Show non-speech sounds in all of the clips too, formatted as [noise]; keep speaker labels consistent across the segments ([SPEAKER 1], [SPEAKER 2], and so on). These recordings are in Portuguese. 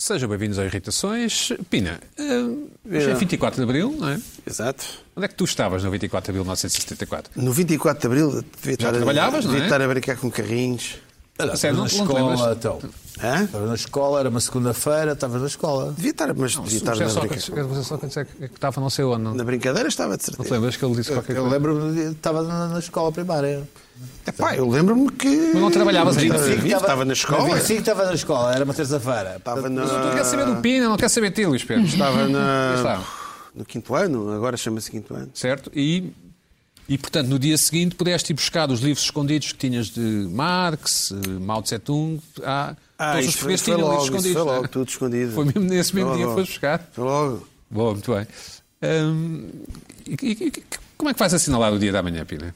[SPEAKER 1] Sejam bem-vindos ao Irritações. Pina, uh, hoje é 24 de Abril, não é?
[SPEAKER 2] Exato.
[SPEAKER 1] Onde é que tu estavas no 24 de Abril de 1974?
[SPEAKER 2] No 24 de Abril devia estar,
[SPEAKER 1] trabalhavas, não
[SPEAKER 2] devia
[SPEAKER 1] é?
[SPEAKER 2] estar a brincar com carrinhos.
[SPEAKER 1] A sério,
[SPEAKER 3] na
[SPEAKER 1] não, não te
[SPEAKER 3] escola,
[SPEAKER 1] lembras?
[SPEAKER 3] então.
[SPEAKER 2] Hã?
[SPEAKER 3] Estava na escola, era uma segunda-feira, estavas na escola.
[SPEAKER 2] Devia estar, mas devia estar
[SPEAKER 1] José
[SPEAKER 2] na,
[SPEAKER 1] Sócrates,
[SPEAKER 2] brinca...
[SPEAKER 1] José Sócrates é que é que estava não sei onde, não
[SPEAKER 2] na brincadeira, estava de
[SPEAKER 1] não te
[SPEAKER 2] certeza.
[SPEAKER 1] lembras que ele disse qualquer
[SPEAKER 3] Eu
[SPEAKER 1] coisa?
[SPEAKER 3] lembro-me, de- estava na na escola primária.
[SPEAKER 2] Epá, eu lembro-me que. Mas
[SPEAKER 1] não trabalhavas ainda.
[SPEAKER 2] Estava na escola.
[SPEAKER 3] Sim, estava na escola, era uma terça-feira.
[SPEAKER 2] Estava
[SPEAKER 1] Tu queres saber
[SPEAKER 2] na.
[SPEAKER 1] do Pina, não queres saber de ti, Luís Pedro.
[SPEAKER 2] Estava
[SPEAKER 1] Está.
[SPEAKER 2] na. No quinto ano, agora chama-se quinto ano.
[SPEAKER 1] certo? E, e, portanto, no dia seguinte pudeste ir buscar os livros escondidos que tinhas de Marx, eh, Mao Tse-Tung. Ah, todos os
[SPEAKER 2] isso foi-
[SPEAKER 1] portugueses
[SPEAKER 2] foi
[SPEAKER 1] tinham
[SPEAKER 2] logo,
[SPEAKER 1] livros
[SPEAKER 2] isso
[SPEAKER 1] escondidos.
[SPEAKER 2] Foi
[SPEAKER 1] não é?
[SPEAKER 2] logo, tudo escondido.
[SPEAKER 1] Foi mesmo nesse mesmo
[SPEAKER 2] Foi
[SPEAKER 1] dia que
[SPEAKER 2] logo.
[SPEAKER 1] foste buscar.
[SPEAKER 2] Foi logo.
[SPEAKER 1] Boa, muito bem. Hum, e, e- e- como é que vais assinalar o dia da manhã, Pina?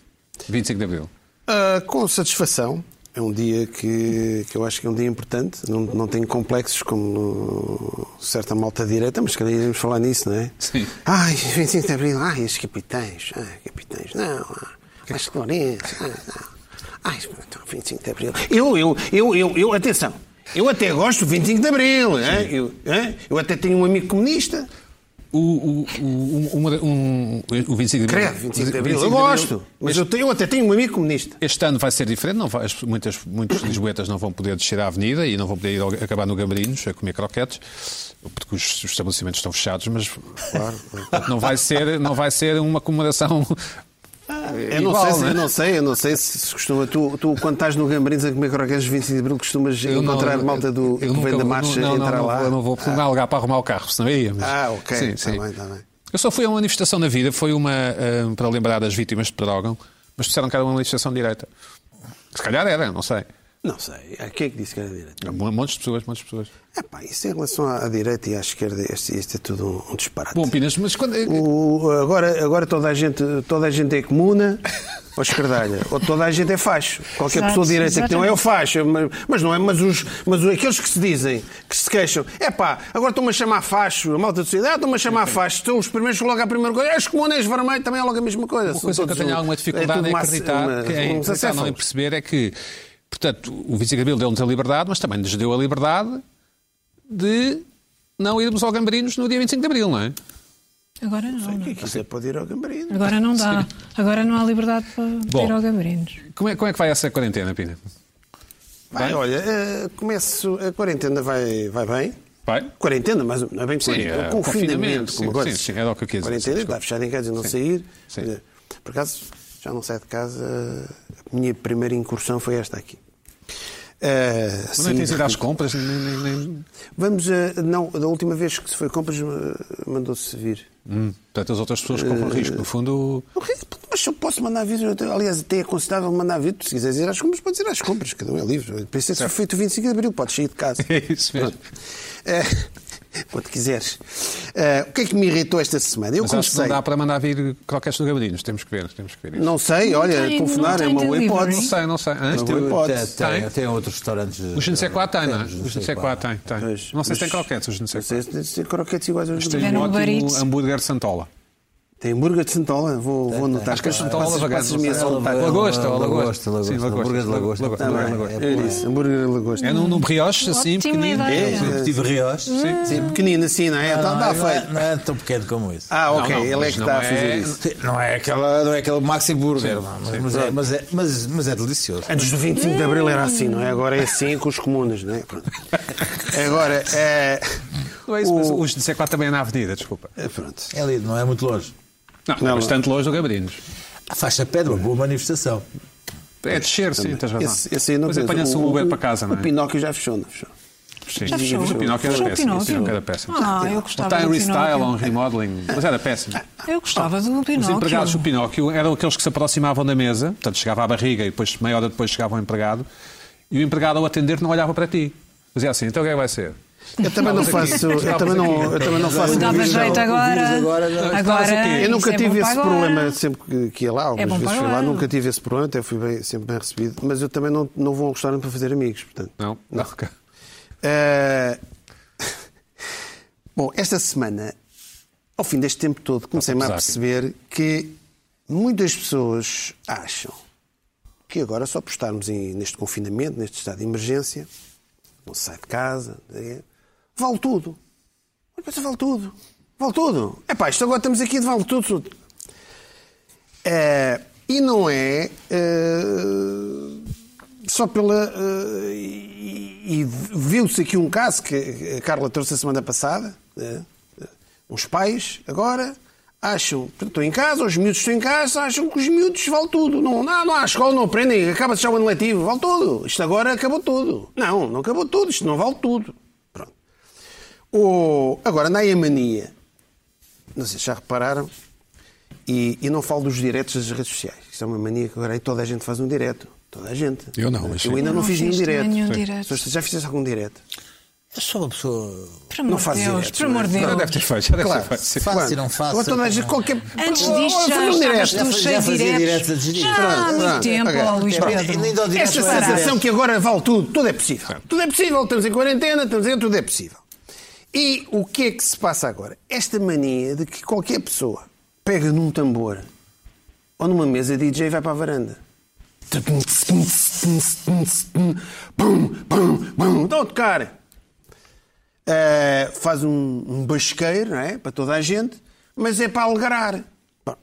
[SPEAKER 1] 25 de Abril.
[SPEAKER 2] Ah, com satisfação. É um dia que, que eu acho que é um dia importante. Não, não tenho complexos como certa malta direita, mas cada iremos falar nisso, não é?
[SPEAKER 1] Sim.
[SPEAKER 2] Ai, 25 de Abril, ai, os capitães, ai, capitães, não, ah, as Lourenço, ai, não. Ai, então, 25 de Abril. Eu, eu, eu, eu, eu, atenção, eu até gosto do 25 de Abril, hein? Eu, hein? eu até tenho um amigo comunista.
[SPEAKER 1] O, o, o, um- uma da- um- o 25 de Abril.
[SPEAKER 2] Credo, 25 de Abril,
[SPEAKER 1] 25
[SPEAKER 2] eu
[SPEAKER 1] de Abril.
[SPEAKER 2] gosto, mas eu, tenho- eu até tenho um amigo comunista.
[SPEAKER 1] Este ano vai ser diferente, não vai- as- muitas, muitos lisboetas não vão poder descer à avenida e não vão poder ir ao- acabar no Gamarinos a comer croquetes, porque os, os estabelecimentos estão fechados, mas Portanto, não, vai ser, não vai ser uma comemoração.
[SPEAKER 2] Eu não,
[SPEAKER 1] Igual,
[SPEAKER 2] sei, se-
[SPEAKER 1] né?
[SPEAKER 2] eu não sei, eu não sei se, se costuma. Tu, tu, quando estás no Gambrins a comer croquetes de 25 de Abril, costumas
[SPEAKER 1] Eu não-
[SPEAKER 2] encontrar malta do, que
[SPEAKER 1] eu nunca
[SPEAKER 2] vem da
[SPEAKER 1] vou-
[SPEAKER 2] marcha
[SPEAKER 1] não,
[SPEAKER 2] e
[SPEAKER 1] não,
[SPEAKER 2] entrar
[SPEAKER 1] não,
[SPEAKER 2] lá.
[SPEAKER 1] Vou, não vou pegar lugar para arrumar o carro, senão ia. Mas...
[SPEAKER 2] Ah, ok,
[SPEAKER 1] Sim,
[SPEAKER 2] está
[SPEAKER 1] sim.
[SPEAKER 2] bem, está bem.
[SPEAKER 1] Eu só fui a uma manifestação na vida, foi uma ah, para lembrar das vítimas de Pedrógão, mas disseram que era uma manifestação de direita. Se calhar era, não sei.
[SPEAKER 2] Não sei, ah, quem é que disse que era direita?
[SPEAKER 1] Montes de pessoas, montes de pessoas.
[SPEAKER 2] Epá, isso em relação à, à direita e à esquerda, este, este é tudo um, um disparate.
[SPEAKER 1] Bom, Pinas, mas quando. eh,
[SPEAKER 2] O- agora agora toda, a gente, toda a gente é comuna ou escardalha, ou toda a gente é facho. Qualquer
[SPEAKER 4] Exato,
[SPEAKER 2] pessoa de direita que não é o
[SPEAKER 4] exatamente.
[SPEAKER 2] facho, mas, mas não é, mas, os, mas aqueles que se dizem, que se queixam, é pá, agora estão-me a chamar facho, a malta de sociedade, estão-me a chamar facho, estão os primeiros que logo a primeira coisa, as comunas vermelho também é logo a mesma coisa.
[SPEAKER 1] Uma
[SPEAKER 2] São
[SPEAKER 1] coisa que eu
[SPEAKER 2] todos
[SPEAKER 1] tenho
[SPEAKER 2] um-
[SPEAKER 1] alguma
[SPEAKER 2] tudo
[SPEAKER 1] dificuldade em
[SPEAKER 2] uma- um
[SPEAKER 1] acreditar,
[SPEAKER 2] uma-
[SPEAKER 1] que é em acreditar,
[SPEAKER 2] uns
[SPEAKER 1] não em
[SPEAKER 2] acéfalos.
[SPEAKER 1] perceber, é que, portanto, o 25 de Abril deu-nos a liberdade, mas também nos deu a liberdade de não irmos ao Gambarinos no dia 25 de Abril, não é?
[SPEAKER 4] Agora não, não.
[SPEAKER 2] Quem quiser pode é ir ao gambarino.
[SPEAKER 4] Agora não dá. Agora não há liberdade para
[SPEAKER 1] Bom.
[SPEAKER 4] ir ao Gamarinos.
[SPEAKER 1] Como é, como é que vai essa quarentena, Pina?
[SPEAKER 2] Vai, olha, eh, começo, a quarentena vai, vai bem.
[SPEAKER 1] Vai?
[SPEAKER 2] Quarentena, mas não é bem
[SPEAKER 1] Sim,
[SPEAKER 2] quarentena.
[SPEAKER 1] é,
[SPEAKER 2] o confinamento,
[SPEAKER 1] confinamento,
[SPEAKER 2] como
[SPEAKER 1] sim,
[SPEAKER 2] agora.
[SPEAKER 1] sim, sim, era o que eu quis dizer,
[SPEAKER 2] Quarentena,
[SPEAKER 1] sim, desculpa.
[SPEAKER 2] está fechado em casa e não sair.
[SPEAKER 1] sim.
[SPEAKER 2] Por acaso, já não saio de casa. A minha primeira incursão foi esta aqui. Eh,
[SPEAKER 1] Mas não
[SPEAKER 2] sim,
[SPEAKER 1] tens ido às compras? Nem, nem- nem-
[SPEAKER 2] Vamos a. Não, da última vez que se foi compras, eh, mandou-se vir.
[SPEAKER 1] Hum, portanto, as outras pessoas compram risco. No fundo,
[SPEAKER 2] Mas se eu posso mandar aviso, eu tenho- aliás, até é aconselhável mandar aviso. Se quiseres ir às compras, podes ir às compras, cada um é livre. Por isso é que foi feito o 25 de abril, podes sair de casa.
[SPEAKER 1] [laughs] é isso mesmo.
[SPEAKER 2] Eh, quando quiseres. Eh, o que é que me irritou esta semana? Eu
[SPEAKER 1] Mas acho que
[SPEAKER 2] comecei.
[SPEAKER 1] não dá para mandar vir croquetes no Gambarinos. Temos que ver, temos que ver isso.
[SPEAKER 2] Não sei, olha,
[SPEAKER 4] Não tem-
[SPEAKER 2] telefonar
[SPEAKER 4] não
[SPEAKER 2] é
[SPEAKER 4] tem
[SPEAKER 2] uma boa
[SPEAKER 4] delivery.
[SPEAKER 1] Não
[SPEAKER 2] hipótese.
[SPEAKER 1] sei, não sei. Hã?
[SPEAKER 2] Não vou- hipótese.
[SPEAKER 3] Tem,
[SPEAKER 1] Tem.
[SPEAKER 3] tem, tem outros restaurantes.
[SPEAKER 1] O Genesequá tem, não é?
[SPEAKER 3] Tem,
[SPEAKER 1] O Genesequá tem, tem.
[SPEAKER 2] Pois,
[SPEAKER 1] Não sei se tem
[SPEAKER 2] mas-
[SPEAKER 1] croquetes, o
[SPEAKER 2] Não
[SPEAKER 1] Genesequá.
[SPEAKER 2] sei se deve ser croquetes iguais aos
[SPEAKER 1] Tem
[SPEAKER 2] dos
[SPEAKER 4] Era
[SPEAKER 1] um
[SPEAKER 4] um Uber
[SPEAKER 1] ótimo
[SPEAKER 4] Eats.
[SPEAKER 1] hambúrguer de Santola.
[SPEAKER 2] Tem hambúrguer de Santola, vou, vou anotar.
[SPEAKER 1] Acho que é Santola
[SPEAKER 2] Passas-
[SPEAKER 1] Lavagante.
[SPEAKER 2] passas-me essa vontade.
[SPEAKER 1] Lagosta, ou
[SPEAKER 3] Lagosta,
[SPEAKER 1] lagosta.
[SPEAKER 3] lagosta.
[SPEAKER 1] Sim,
[SPEAKER 3] Hambúrguer de lagosta.
[SPEAKER 1] lagosta.
[SPEAKER 2] Tá bem, é isso, hambúrguer de lagosta.
[SPEAKER 1] É num, num brioche, assim,
[SPEAKER 4] Ótima
[SPEAKER 1] pequenino.
[SPEAKER 4] ideia.
[SPEAKER 2] É,
[SPEAKER 3] Sempre tive rios.
[SPEAKER 2] Sim, pequenino assim, não é? Então dá
[SPEAKER 3] não, é-
[SPEAKER 2] feito.
[SPEAKER 3] não é tão pequeno como isso.
[SPEAKER 2] Ah, ok,
[SPEAKER 1] Não, não,
[SPEAKER 2] ele é
[SPEAKER 1] mas
[SPEAKER 2] que
[SPEAKER 1] não
[SPEAKER 2] está a
[SPEAKER 1] é-
[SPEAKER 2] fazer isso.
[SPEAKER 3] Sim, Não é, aquela, não é aquele maxi burger, não, mas, mas é, mas, é, mas, mas é delicioso.
[SPEAKER 2] Antes do 25 de Abril era assim, não é? Agora é assim com os comunas, não é? Pronto. Agora, é...
[SPEAKER 1] Não é isso, mas o Genesequá também é na avenida, desculpa.
[SPEAKER 2] é, Pronto.
[SPEAKER 3] É ali, não é muito longe.
[SPEAKER 1] Não, é bastante longe do Gabarinos.
[SPEAKER 3] A faixa pedra, uma boa manifestação.
[SPEAKER 1] É descer, sim, tens razão.
[SPEAKER 2] Esse, esse aí não
[SPEAKER 1] Mas
[SPEAKER 2] penso.
[SPEAKER 1] apanha-se um Uber
[SPEAKER 2] O-
[SPEAKER 1] para casa, não
[SPEAKER 2] O
[SPEAKER 1] é?
[SPEAKER 2] Pinóquio já fechou, não fechou?
[SPEAKER 1] Sim,
[SPEAKER 4] Já fechou.
[SPEAKER 1] O Pinóquio era
[SPEAKER 4] Fechou
[SPEAKER 1] péssimo.
[SPEAKER 4] o
[SPEAKER 1] O
[SPEAKER 4] Pinóquio.
[SPEAKER 1] Pinóquio era péssimo.
[SPEAKER 4] Ah, eu
[SPEAKER 1] Ou
[SPEAKER 4] gostava
[SPEAKER 1] está em
[SPEAKER 4] do
[SPEAKER 1] restyle ou em
[SPEAKER 4] Pinóquio.
[SPEAKER 1] remodeling, mas era péssimo.
[SPEAKER 4] Eu gostava do
[SPEAKER 1] Os
[SPEAKER 4] Pinóquio.
[SPEAKER 1] empregados do Pinóquio eram aqueles que se aproximavam da mesa, portanto chegava à barriga e depois, meia hora depois chegava o empregado, e o empregado ao atender não olhava para ti. Fazia assim, então o que é que vai ser?
[SPEAKER 2] Eu também não
[SPEAKER 1] Estávamos
[SPEAKER 2] faço...
[SPEAKER 1] aqui.
[SPEAKER 2] Eu também não, eu também não faço...
[SPEAKER 4] Dava
[SPEAKER 2] divisão.
[SPEAKER 4] jeito agora.
[SPEAKER 3] agora,
[SPEAKER 4] Agora.
[SPEAKER 1] Estás aqui.
[SPEAKER 2] Eu
[SPEAKER 4] isso
[SPEAKER 2] nunca
[SPEAKER 4] é
[SPEAKER 2] tive
[SPEAKER 4] bom
[SPEAKER 2] esse
[SPEAKER 4] para agora.
[SPEAKER 2] problema sempre que- que
[SPEAKER 1] É
[SPEAKER 2] ia lá, algumas
[SPEAKER 4] bom
[SPEAKER 2] vezes
[SPEAKER 4] para
[SPEAKER 2] fui lá,
[SPEAKER 4] agora.
[SPEAKER 2] nunca tive esse problema, até fui bem- sempre bem recebido, mas eu também não, não vou a um restaurante para fazer amigos, portanto.
[SPEAKER 1] Não? [laughs] Não. ok.
[SPEAKER 2] Eh, [laughs] Bom, esta semana, ao fim deste tempo todo, comecei-me a
[SPEAKER 1] pesar aqui.
[SPEAKER 2] perceber que muitas pessoas acham que agora só por estarmos em- neste confinamento, neste estado de emergência, não se sai de casa, não sei o quê, vale tudo. Uma coisa vale tudo. Vale tudo. É pá, isto agora estamos aqui de vale tudo. tudo. É, e não é eh, só pela. eh, e e viu-se aqui um caso que a Carla trouxe a semana passada. né? Os pais, agora, acham. portanto, Estão em casa, os miúdos estão em casa, acham que os miúdos vale tudo. Não, não, não há escola, não aprendem, acaba-se já o ano letivo, vale tudo. Isto agora acabou tudo. Não, não acabou tudo, isto não vale tudo. Pronto. O, agora, na mania. Não sei se já repararam. E, e não falo dos diretos das redes sociais. Isso é uma mania que agora aí toda a gente faz um direto. Toda a gente.
[SPEAKER 1] Eu não, mas
[SPEAKER 2] Eu
[SPEAKER 1] sim.
[SPEAKER 2] ainda não,
[SPEAKER 4] Não
[SPEAKER 2] fiz nenhum
[SPEAKER 4] fiz
[SPEAKER 2] direto.
[SPEAKER 4] nenhum
[SPEAKER 2] Sim.
[SPEAKER 4] direto.
[SPEAKER 2] Sou- Já fizeste algum direto?
[SPEAKER 3] Eu sou uma pessoa.
[SPEAKER 4] Por amor
[SPEAKER 2] Não
[SPEAKER 4] de
[SPEAKER 2] faz
[SPEAKER 4] Deus,
[SPEAKER 2] diretos,
[SPEAKER 4] por amor de
[SPEAKER 1] Já
[SPEAKER 4] Deus.
[SPEAKER 1] deve ter feito, já deve
[SPEAKER 2] Claro.
[SPEAKER 1] ter feito.
[SPEAKER 3] Faço
[SPEAKER 2] Claro.
[SPEAKER 3] e não faço.
[SPEAKER 2] Agora toda a gente,
[SPEAKER 3] não- é.
[SPEAKER 2] qualquer...
[SPEAKER 4] Antes
[SPEAKER 2] Oh,
[SPEAKER 4] disto, já
[SPEAKER 2] foi um
[SPEAKER 4] estavas
[SPEAKER 2] direto.
[SPEAKER 3] Já
[SPEAKER 4] tu
[SPEAKER 3] fazia-
[SPEAKER 4] cheio
[SPEAKER 3] já
[SPEAKER 4] de
[SPEAKER 3] fazia diretos a
[SPEAKER 4] diretos.
[SPEAKER 3] desgerir.
[SPEAKER 4] Já há
[SPEAKER 2] Pronto,
[SPEAKER 4] muito
[SPEAKER 2] pronto.
[SPEAKER 4] tempo,
[SPEAKER 2] Ok.
[SPEAKER 4] ó, Luís
[SPEAKER 3] Pronto,
[SPEAKER 4] É, Pedro.
[SPEAKER 3] nem dou direto
[SPEAKER 2] Esta
[SPEAKER 3] para nada.
[SPEAKER 2] sensação que agora vale tudo, tudo é possível. Tudo é possível, estamos em quarentena, estamos em tudo é possível. E o que é que se passa agora? Esta mania de que qualquer pessoa pega num tambor ou numa mesa de DJ e vai para a varanda. Pum, pum, pum, Estão a tocar. Eh, faz um, um basqueiro, não é? Para toda a gente, mas é para alegrar. Bom.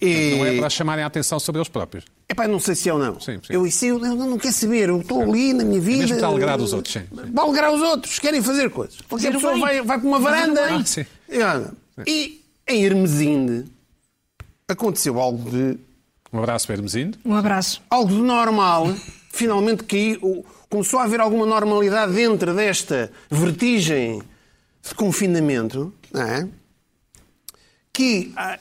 [SPEAKER 2] E-
[SPEAKER 1] Não é para chamarem a atenção sobre eles próprios.
[SPEAKER 2] Epá, não sei se é ou não.
[SPEAKER 1] Sim, sim.
[SPEAKER 2] Eu isso eu, eu não quero saber, eu estou ali na minha vida.
[SPEAKER 1] mesmo para alegrar os outros, sim, sim.
[SPEAKER 2] Para alegrar os outros, querem fazer coisas. Qualquer
[SPEAKER 4] Fazer o
[SPEAKER 2] pessoa
[SPEAKER 4] bem.
[SPEAKER 2] vai, vai para uma varanda
[SPEAKER 1] bem. Ah, sim.
[SPEAKER 2] e olha. E em Hermesinde aconteceu algo de
[SPEAKER 1] Um abraço, Hermesindo.
[SPEAKER 4] Um abraço.
[SPEAKER 2] algo de normal. Finalmente que o- começou a haver alguma normalidade dentro desta vertigem de confinamento, não é? que ah,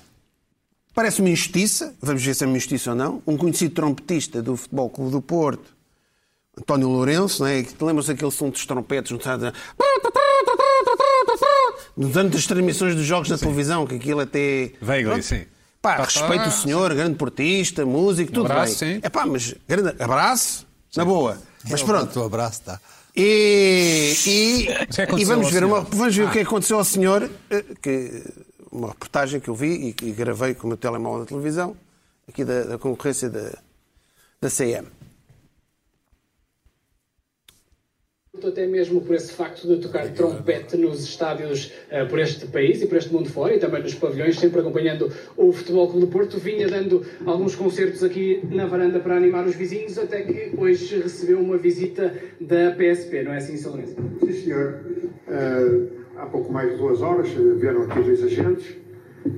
[SPEAKER 2] parece uma injustiça, vamos ver se é uma injustiça ou não, um conhecido trompetista do Futebol Clube do Porto, António Lourenço, não é? Que- lembram-se aquele som dos trompetes, não sabe? Nos anos das transmissões dos jogos na televisão, que aquilo até...
[SPEAKER 1] Vaguely,
[SPEAKER 2] Pronto.
[SPEAKER 1] sim. Tá,
[SPEAKER 2] Pá,
[SPEAKER 1] tá.
[SPEAKER 2] respeito o senhor, grande portista, músico, tudo
[SPEAKER 1] abraço,
[SPEAKER 2] bem.
[SPEAKER 1] sim.
[SPEAKER 2] É pá, mas grande abraço, na boa. Mas
[SPEAKER 3] O
[SPEAKER 2] pronto.
[SPEAKER 3] teu abraço tá. está.
[SPEAKER 2] E, e,
[SPEAKER 1] que é que aconteceu
[SPEAKER 2] e vamos
[SPEAKER 1] ao
[SPEAKER 2] ver, uma-
[SPEAKER 1] senhor? Ah.
[SPEAKER 2] vamos ver o que é que aconteceu ao senhor, eh, que, uma reportagem que eu vi e que gravei com o meu telemóvel na televisão, aqui da, da concorrência da, da CM.
[SPEAKER 5] até mesmo por esse facto de tocar trompete nos estádios eh, por este país e por este mundo fora e também nos pavilhões, sempre acompanhando o Futebol Clube do Porto, vinha dando alguns concertos aqui na varanda para animar os vizinhos, até que hoje recebeu uma visita da PSP, não é assim, São Lourenço?
[SPEAKER 6] Sim, senhor. Eh, há pouco mais de duas horas eh, vieram aqui dois agentes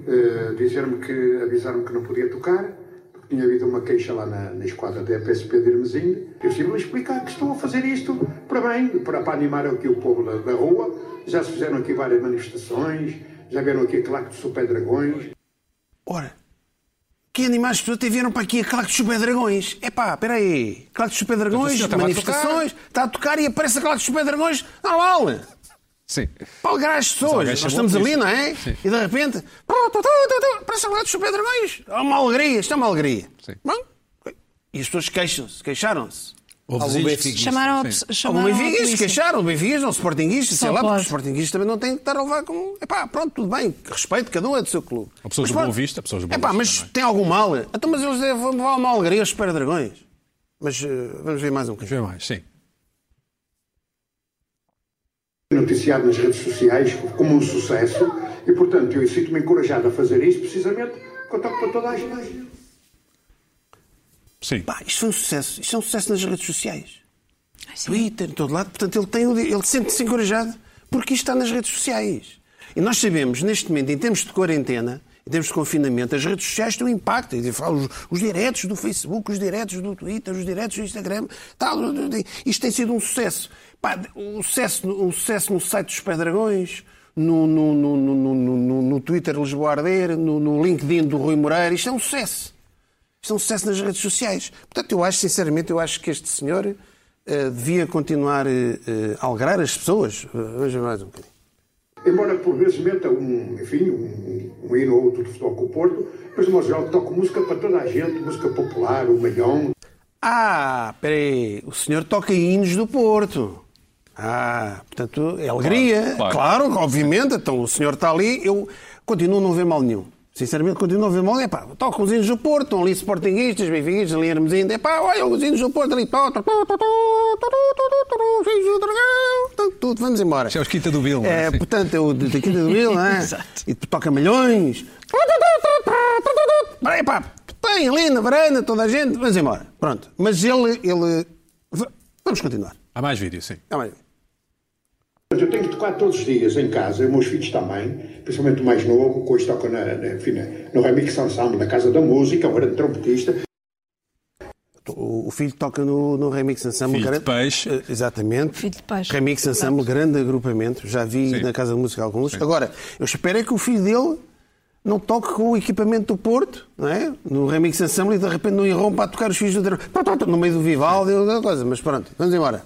[SPEAKER 6] eh, dizer-me que avisaram que não podia tocar, porque tinha havido uma queixa lá na, na esquadra da PSP de Hermesinde. Eu estive a explicar que estão a fazer isto para bem, para, para animar aqui o povo da, da rua. Já se fizeram aqui várias manifestações, já vieram aqui claque de super dragões.
[SPEAKER 2] Ora, que animais que até vieram para aqui a Claque dos Super-Dragões. Epá, espera aí. Claque
[SPEAKER 1] Mas
[SPEAKER 2] dos
[SPEAKER 1] o
[SPEAKER 2] Super-Dragões,
[SPEAKER 1] senhor estava a
[SPEAKER 2] é manifestações, está a tocar e aparece a Claque dos Super-Dragões. é Normal.
[SPEAKER 1] Sim.
[SPEAKER 2] Para alegrar as pessoas.
[SPEAKER 1] alguém
[SPEAKER 2] Nós
[SPEAKER 1] chamou
[SPEAKER 2] estamos
[SPEAKER 1] por
[SPEAKER 2] ali,
[SPEAKER 1] isso.
[SPEAKER 2] não é?
[SPEAKER 1] Sim.
[SPEAKER 2] E de repente, pá, tá, tá, tá, tá, aparece a Claque dos Super-Dragões. É uma alegria, isto é uma alegria.
[SPEAKER 1] Sim.
[SPEAKER 2] Bom, e as pessoas queixam-se, queixaram-se.
[SPEAKER 3] Algum Benfica.
[SPEAKER 4] Chamaram a
[SPEAKER 1] Sim.
[SPEAKER 4] pessoa-
[SPEAKER 2] Algum
[SPEAKER 4] chamaram a
[SPEAKER 2] benfiquista,
[SPEAKER 4] polícia.
[SPEAKER 2] queixaram, benfiquistas, não sportinguistas, sei
[SPEAKER 4] Só
[SPEAKER 2] lá, porque
[SPEAKER 4] pode.
[SPEAKER 2] os sportinguistas também não têm que estar a levar com... Epá, pronto, tudo bem, respeito, cada um é do seu clube.
[SPEAKER 1] Há pessoas
[SPEAKER 2] Mas
[SPEAKER 1] de
[SPEAKER 2] pronto.
[SPEAKER 1] Boa Vista, há pessoas de Boa
[SPEAKER 2] Epá,
[SPEAKER 1] Vista
[SPEAKER 2] mas
[SPEAKER 1] também.
[SPEAKER 2] tem algum mal? Então, mas eles vão levar uma alegria aos super-dragões. Mas eh, vamos ver mais um
[SPEAKER 1] Vamos
[SPEAKER 2] bocadinho.
[SPEAKER 1] ver mais, sim.
[SPEAKER 6] noticiado nas redes sociais como um sucesso e, portanto, eu sinto-me encorajado a fazer isso precisamente porque eu toco para toda a gente.
[SPEAKER 1] Sim.
[SPEAKER 2] Pá, isto foi um sucesso. Isto é um sucesso nas redes sociais.
[SPEAKER 4] Ai, sim.
[SPEAKER 2] Twitter, em todo lado. Portanto, ele, tem, o di- ele sente-se encorajado porque isto está nas redes sociais. E nós sabemos, neste momento, em termos de quarentena, em termos de confinamento, as redes sociais têm um impacto. Eu falo, Os, os diretos do Facebook, os diretos do Twitter, os diretos do Instagram. Tal, isto tem sido um sucesso. Pá, o sucesso, no- o sucesso no site dos Pé-Dragões, no, no, no, no, no, no- no- no Twitter Lisboa Arder, no, no LinkedIn do Rui Moreira. Isto é um sucesso. Isto é um sucesso nas redes sociais. Portanto, eu acho, sinceramente, eu acho que este senhor eh, devia continuar eh, eh, a alegrar as pessoas. Eh, vamos ver mais um bocadinho.
[SPEAKER 6] Embora por vezes meta um, enfim, um, um hino ou outro de futebol com o Porto, mas, de modo geral, toco música para toda a gente, música popular, o malhão,
[SPEAKER 2] Ah, peraí, o senhor toca hinos do Porto. Ah, portanto, é alegria. Claro,
[SPEAKER 1] claro.
[SPEAKER 2] obviamente. Então, o senhor está ali, eu continuo a não ver mal nenhum. Sinceramente, continuo a ver mal. É pá, toco os hinos do Porto, estão ali sportinguistas, benfiquistas, ali hermesindo. É pá, olha os hinos do Porto ali. Tó, tó, tó, tó, tó, tó, tó, tó, tó, os hinos do dragão. Então, tudo, vamos embora.
[SPEAKER 1] Isso é os Quinta do Bill, não é?
[SPEAKER 2] É, portanto, é o de- da Quinta do Bill, não é?
[SPEAKER 4] [laughs] Exato.
[SPEAKER 2] E toca milhões. Tó, tó, tó, tó, tó, tó, tó. Peraí, pá, tem ali na varanda toda a gente, vamos embora. Pronto. Mas ele, ele. v- Vamos continuar.
[SPEAKER 1] Há mais vídeo, sim.
[SPEAKER 2] Tá bem.
[SPEAKER 6] Mas eu tenho que tocar todos os dias em casa, os meus filhos também, principalmente o mais novo, que hoje toca na, na, enfim, na- no Remix Ensemble, na Casa da Música, é um grande trompetista.
[SPEAKER 2] O, o filho toca no, no Remix Ensemble.
[SPEAKER 1] Filho de
[SPEAKER 2] grande-
[SPEAKER 1] peixe.
[SPEAKER 2] Eh, Exatamente.
[SPEAKER 4] Filho de peixe.
[SPEAKER 2] Remix Ensemble, grande agrupamento. Já vi na Casa de Música alguns. Agora, eu espero é que o filho dele não toque com o equipamento do Porto, não é? No Remix Ensemble e de repente não irrompa a tocar os filhos do Dragão. Tó, tó, tó, No meio do Vivaldi ou alguma coisa. Mas pronto, vamos embora.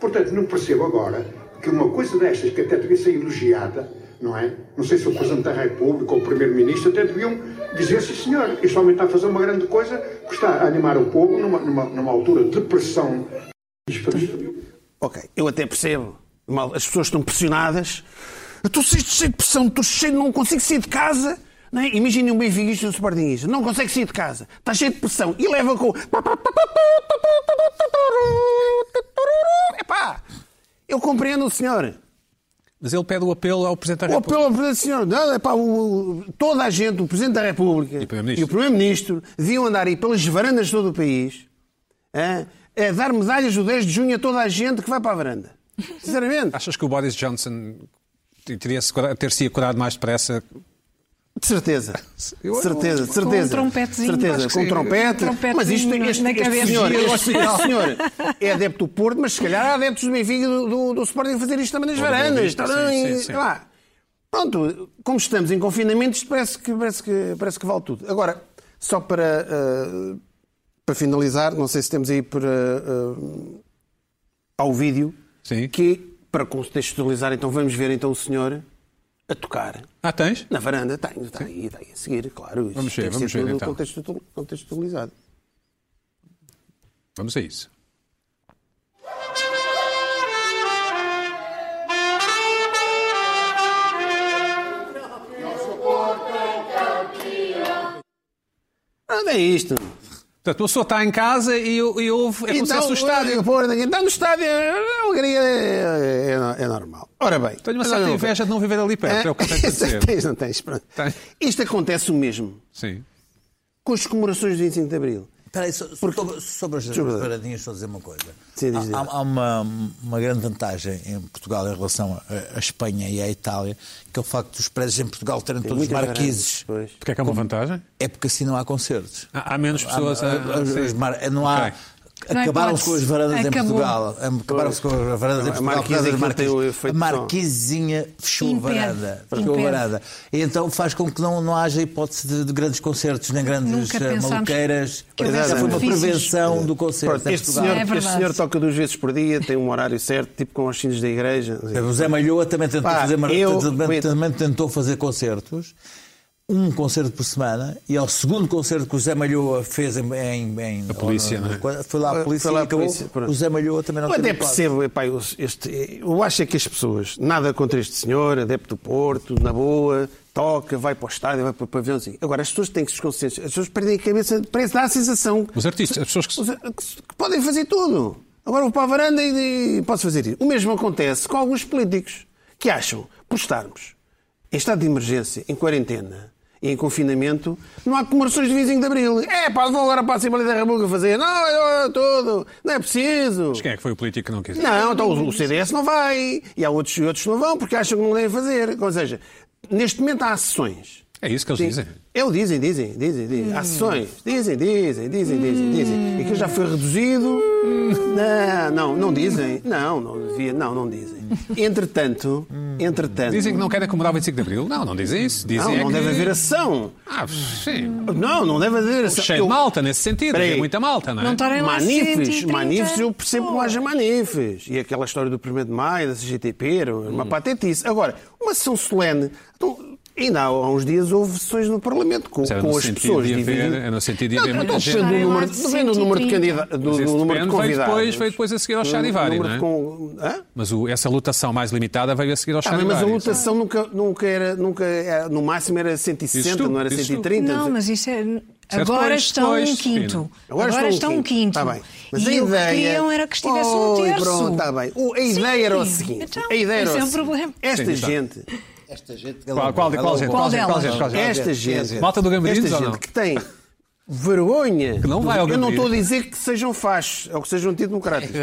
[SPEAKER 6] Portanto, não percebo agora que uma coisa destas, que até devia ser elogiada, não é? Não sei se o Presidente da República ou o Primeiro-Ministro até deviam dizer, sim senhor, este homem está a fazer uma grande coisa que está a animar o povo numa, numa, numa altura de pressão.
[SPEAKER 2] Ok, eu até percebo. Mal, as pessoas estão pressionadas. Eu estou cheio, cheio de pressão, estou cheio, não consigo sair de casa. Não é? Imaginem um benfiquista e um sportinguista. Não consegue sair de casa. Está cheio de pressão. E leva com... o- Epá, eu compreendo o
[SPEAKER 1] É
[SPEAKER 2] senhor.
[SPEAKER 1] Mas ele pede o apelo ao Presidente da
[SPEAKER 2] Ou
[SPEAKER 1] República.
[SPEAKER 2] pelo Presidente do Senhor, não, é pá, o- o- toda a gente, o Presidente da República
[SPEAKER 1] o Primeiro-Ministro.
[SPEAKER 2] Primeiro-Ministro, deviam andar aí pelas varandas de todo o país hã, a dar medalhas do 10 de junho a toda a gente que vai para a varanda. Sinceramente,
[SPEAKER 1] Achas que o Boris Johnson teria-se cura- ter-se curado mais depressa?
[SPEAKER 2] de certeza.
[SPEAKER 1] Eu-
[SPEAKER 2] De certeza, de
[SPEAKER 1] com um
[SPEAKER 2] certeza.
[SPEAKER 4] trompetezinho,
[SPEAKER 2] De certeza,
[SPEAKER 4] acho que
[SPEAKER 2] com um
[SPEAKER 4] sim.
[SPEAKER 2] trompete.
[SPEAKER 4] Trompetezinho
[SPEAKER 2] Mas isto,
[SPEAKER 4] na-
[SPEAKER 2] este,
[SPEAKER 4] na
[SPEAKER 2] este
[SPEAKER 4] cabeça.
[SPEAKER 2] senhor, este,
[SPEAKER 1] Giro.
[SPEAKER 2] este senhor é adepto do Porto, mas se calhar há adeptos do Benfica e do, do, do Sporting a fazer isto também nas
[SPEAKER 1] do Boa
[SPEAKER 2] varandas.
[SPEAKER 1] Vista,
[SPEAKER 2] é? Estarão
[SPEAKER 1] sim,
[SPEAKER 2] em-
[SPEAKER 1] sim, sim.
[SPEAKER 2] lá, Pá, pronto, como estamos em confinamento, isto parece que, parece que, parece que vale tudo. Agora, só para, ah, para finalizar, não sei se temos aí para, ah, ao vídeo,
[SPEAKER 1] Sim.
[SPEAKER 2] que para contextualizar, então vamos ver então o senhor a tocar
[SPEAKER 1] Ah, tens?
[SPEAKER 2] na varanda. Tenho, tenho, e tem a seguir, claro. isso
[SPEAKER 1] Vamos ver,
[SPEAKER 2] tem que
[SPEAKER 1] vamos
[SPEAKER 2] ser
[SPEAKER 1] ver,
[SPEAKER 2] tudo
[SPEAKER 1] então.
[SPEAKER 2] contextu- contextualizado.
[SPEAKER 1] Vamos a isso.
[SPEAKER 2] Onde é isto?
[SPEAKER 1] Portanto, uma pessoa está em casa e, e ouve. É como se fosse o estádio.
[SPEAKER 2] Pô, então no estádio, a alegria é, é- é normal. Ora bem.
[SPEAKER 1] Tenho uma
[SPEAKER 2] mas
[SPEAKER 1] certa
[SPEAKER 2] olha
[SPEAKER 1] inveja de não viver ali perto. É o que eu
[SPEAKER 2] [laughs]
[SPEAKER 1] tenho que dizer.
[SPEAKER 2] tens, não tens, pronto.
[SPEAKER 1] Tenho.
[SPEAKER 2] Isto acontece o mesmo
[SPEAKER 1] Sim.
[SPEAKER 2] com as comemorações de 25 de Abril.
[SPEAKER 3] Espera aí, so- sobre, sobre as
[SPEAKER 2] Desculpa.
[SPEAKER 3] paradinhas, só dizer uma coisa.
[SPEAKER 2] Sim, diz, diz.
[SPEAKER 3] há, há- há uma, uma grande vantagem em Portugal em relação à à Espanha e à Itália, que é o facto dos presos em Portugal terem todos
[SPEAKER 2] muitas varandas,
[SPEAKER 3] marquises.
[SPEAKER 2] pois.
[SPEAKER 1] Porque é que é uma vantagem?
[SPEAKER 3] É porque assim não há concertos.
[SPEAKER 1] Há, há menos pessoas a.
[SPEAKER 3] Há- as- as
[SPEAKER 1] sim.
[SPEAKER 3] mar- Não há.
[SPEAKER 1] Ok.
[SPEAKER 4] Não é há
[SPEAKER 3] Acabaram-se
[SPEAKER 4] hipótese.
[SPEAKER 3] com as varandas em
[SPEAKER 4] Acabou.
[SPEAKER 3] Portugal. Acabaram-se com as varandas em
[SPEAKER 2] A
[SPEAKER 3] Portugal. por causa
[SPEAKER 2] marquise
[SPEAKER 3] das
[SPEAKER 2] aquilo tem o
[SPEAKER 3] marquises.
[SPEAKER 2] efeito
[SPEAKER 3] A
[SPEAKER 2] de som.
[SPEAKER 3] marquisinha fechou a
[SPEAKER 4] Impede.
[SPEAKER 3] varanda. Fechou a
[SPEAKER 4] Impede.
[SPEAKER 3] varanda. E então faz com que não, não haja hipótese de, de grandes concertos, nem grandes
[SPEAKER 4] Nunca
[SPEAKER 3] eh,
[SPEAKER 4] pensámos
[SPEAKER 3] maluqueiras.
[SPEAKER 4] que houvesse
[SPEAKER 3] Essa foi uma
[SPEAKER 4] benefícios.
[SPEAKER 3] prevenção do concerto.
[SPEAKER 2] Pronto,
[SPEAKER 3] em
[SPEAKER 2] este,
[SPEAKER 3] Portugal.
[SPEAKER 2] senhor,
[SPEAKER 4] É
[SPEAKER 2] este
[SPEAKER 4] verdade.
[SPEAKER 2] senhor toca duas vezes por dia, tem um horário certo, tipo com os sinos da igreja.
[SPEAKER 3] O Zé Malhoa também tentou,
[SPEAKER 2] Pá,
[SPEAKER 3] fazer, mar-
[SPEAKER 2] eu-
[SPEAKER 3] também,
[SPEAKER 2] eu-
[SPEAKER 3] também tentou fazer concertos. Um concerto por semana e ao segundo concerto que o Zé Malhoa fez em. em, em-
[SPEAKER 1] A polícia, não é?
[SPEAKER 3] quando- Foi lá a
[SPEAKER 2] Foi
[SPEAKER 3] polícia
[SPEAKER 2] lá
[SPEAKER 3] e
[SPEAKER 2] a
[SPEAKER 3] acabou.
[SPEAKER 2] polícia, pronto. é
[SPEAKER 3] o Zé Malhoa também não
[SPEAKER 2] Eu até
[SPEAKER 3] teve hipótese.
[SPEAKER 2] percebo, epá, eu, este, eu acho é que as pessoas, nada contra este senhor, adepto do Porto, na boa, toca, vai para o estádio, vai para o pavilhão. assim. Agora, as pessoas têm que se desconcentrar, as pessoas perdem a cabeça, parece dá a sensação
[SPEAKER 1] Os artistas, as pessoas que.
[SPEAKER 2] Os- que que podem fazer tudo. Agora vou para a varanda e, e posso fazer isso. O mesmo acontece com alguns políticos que acham, por estarmos em estado de emergência, em quarentena e em confinamento, não há comemorações de 25 de Abril. É, pá, vou agora para a Assembleia da República fazer. Não, eu, tudo, não é preciso.
[SPEAKER 1] Quem é que foi o político que não quis?
[SPEAKER 2] Não, então o o CDS não vai. E há outros, e outros que não vão porque acham que não devem fazer. Ou seja, neste momento há sessões.
[SPEAKER 1] É isso que eles dizem.
[SPEAKER 2] Eu dizem, dizem, dizem, dizem. Há sessões. Dizem, dizem, dizem, dizem, dizem. E que já foi reduzido. Não, não, não dizem. Não, não devia, não, não dizem. Entretanto, entretanto.
[SPEAKER 1] Dizem que não querem acomodar o 25 de Abril. Não, não dizem isso. Dizem
[SPEAKER 2] não,
[SPEAKER 1] é
[SPEAKER 2] não
[SPEAKER 1] que...
[SPEAKER 2] deve haver ação.
[SPEAKER 1] Ah, sim.
[SPEAKER 2] Não, não deve haver ação.
[SPEAKER 1] Cheio de
[SPEAKER 2] Eu-
[SPEAKER 1] malta nesse sentido.
[SPEAKER 2] Peraí.
[SPEAKER 1] Tem muita malta, não é?
[SPEAKER 4] Não
[SPEAKER 2] tá
[SPEAKER 4] estarem lá
[SPEAKER 2] Manifes,
[SPEAKER 4] 130.
[SPEAKER 2] manifes, eu percebo que não haja manifes. E
[SPEAKER 1] Hum.
[SPEAKER 2] aquela história do 1 de maio, da CGTP, era uma patetice. Agora, uma sessão solene. Então, Ainda há uns dias houve sessões no Parlamento com,
[SPEAKER 1] Mas era
[SPEAKER 2] com
[SPEAKER 1] é no
[SPEAKER 2] as
[SPEAKER 1] sentido
[SPEAKER 2] pessoas
[SPEAKER 1] de haver-
[SPEAKER 2] divididas.
[SPEAKER 1] era no sentido de
[SPEAKER 2] Não,
[SPEAKER 1] haver
[SPEAKER 2] não,
[SPEAKER 1] muita
[SPEAKER 2] depende
[SPEAKER 4] gente.
[SPEAKER 2] do número, depende do número de,
[SPEAKER 4] 130.
[SPEAKER 2] candida- do,
[SPEAKER 1] Mas isso
[SPEAKER 2] do número de
[SPEAKER 1] depende, veio
[SPEAKER 2] convidados.
[SPEAKER 1] depois- veio depois a seguir ao
[SPEAKER 2] Do
[SPEAKER 1] Charivari,
[SPEAKER 2] número
[SPEAKER 1] não é?
[SPEAKER 2] de con- Hã?
[SPEAKER 1] Mas o- essa lotação mais limitada veio a seguir aos
[SPEAKER 2] Tá bem, mas a
[SPEAKER 1] Charivari.
[SPEAKER 2] lotação nunca, nunca era, nunca era- no máximo era 160,
[SPEAKER 1] Dizes tu,
[SPEAKER 2] não era
[SPEAKER 1] dizes tu.
[SPEAKER 2] 130.
[SPEAKER 4] Não, mas isso é. Agora
[SPEAKER 1] depois,
[SPEAKER 4] estão
[SPEAKER 1] depois,
[SPEAKER 4] um quinto.
[SPEAKER 1] Pina.
[SPEAKER 4] Agora, estão um quinto.
[SPEAKER 2] Tá bem.
[SPEAKER 4] e o que queriam era que estivesse
[SPEAKER 2] é- Oi,
[SPEAKER 4] um terço.
[SPEAKER 2] pronto, está bem. O- a
[SPEAKER 4] Sim.
[SPEAKER 2] ideia era o seguinte.
[SPEAKER 4] Então,
[SPEAKER 2] a ideia era
[SPEAKER 4] esse
[SPEAKER 2] o
[SPEAKER 4] é o
[SPEAKER 2] seguinte.
[SPEAKER 4] problema.
[SPEAKER 2] Esta
[SPEAKER 1] Sim, está.
[SPEAKER 2] gente,
[SPEAKER 3] Esta gente.
[SPEAKER 1] Qual, qual, qual, gente?
[SPEAKER 4] Qual
[SPEAKER 1] Qual, gente? Qual
[SPEAKER 4] delas?
[SPEAKER 1] gente? Qual gente?
[SPEAKER 2] esta gente,
[SPEAKER 1] Malta do Gambarinos
[SPEAKER 2] esta
[SPEAKER 1] ou
[SPEAKER 2] gente
[SPEAKER 1] não?
[SPEAKER 2] que tem vergonha.
[SPEAKER 1] não vai ao
[SPEAKER 2] eu
[SPEAKER 1] Gambarinos.
[SPEAKER 2] não estou a dizer que sejam fachos ou que sejam antidemocráticos.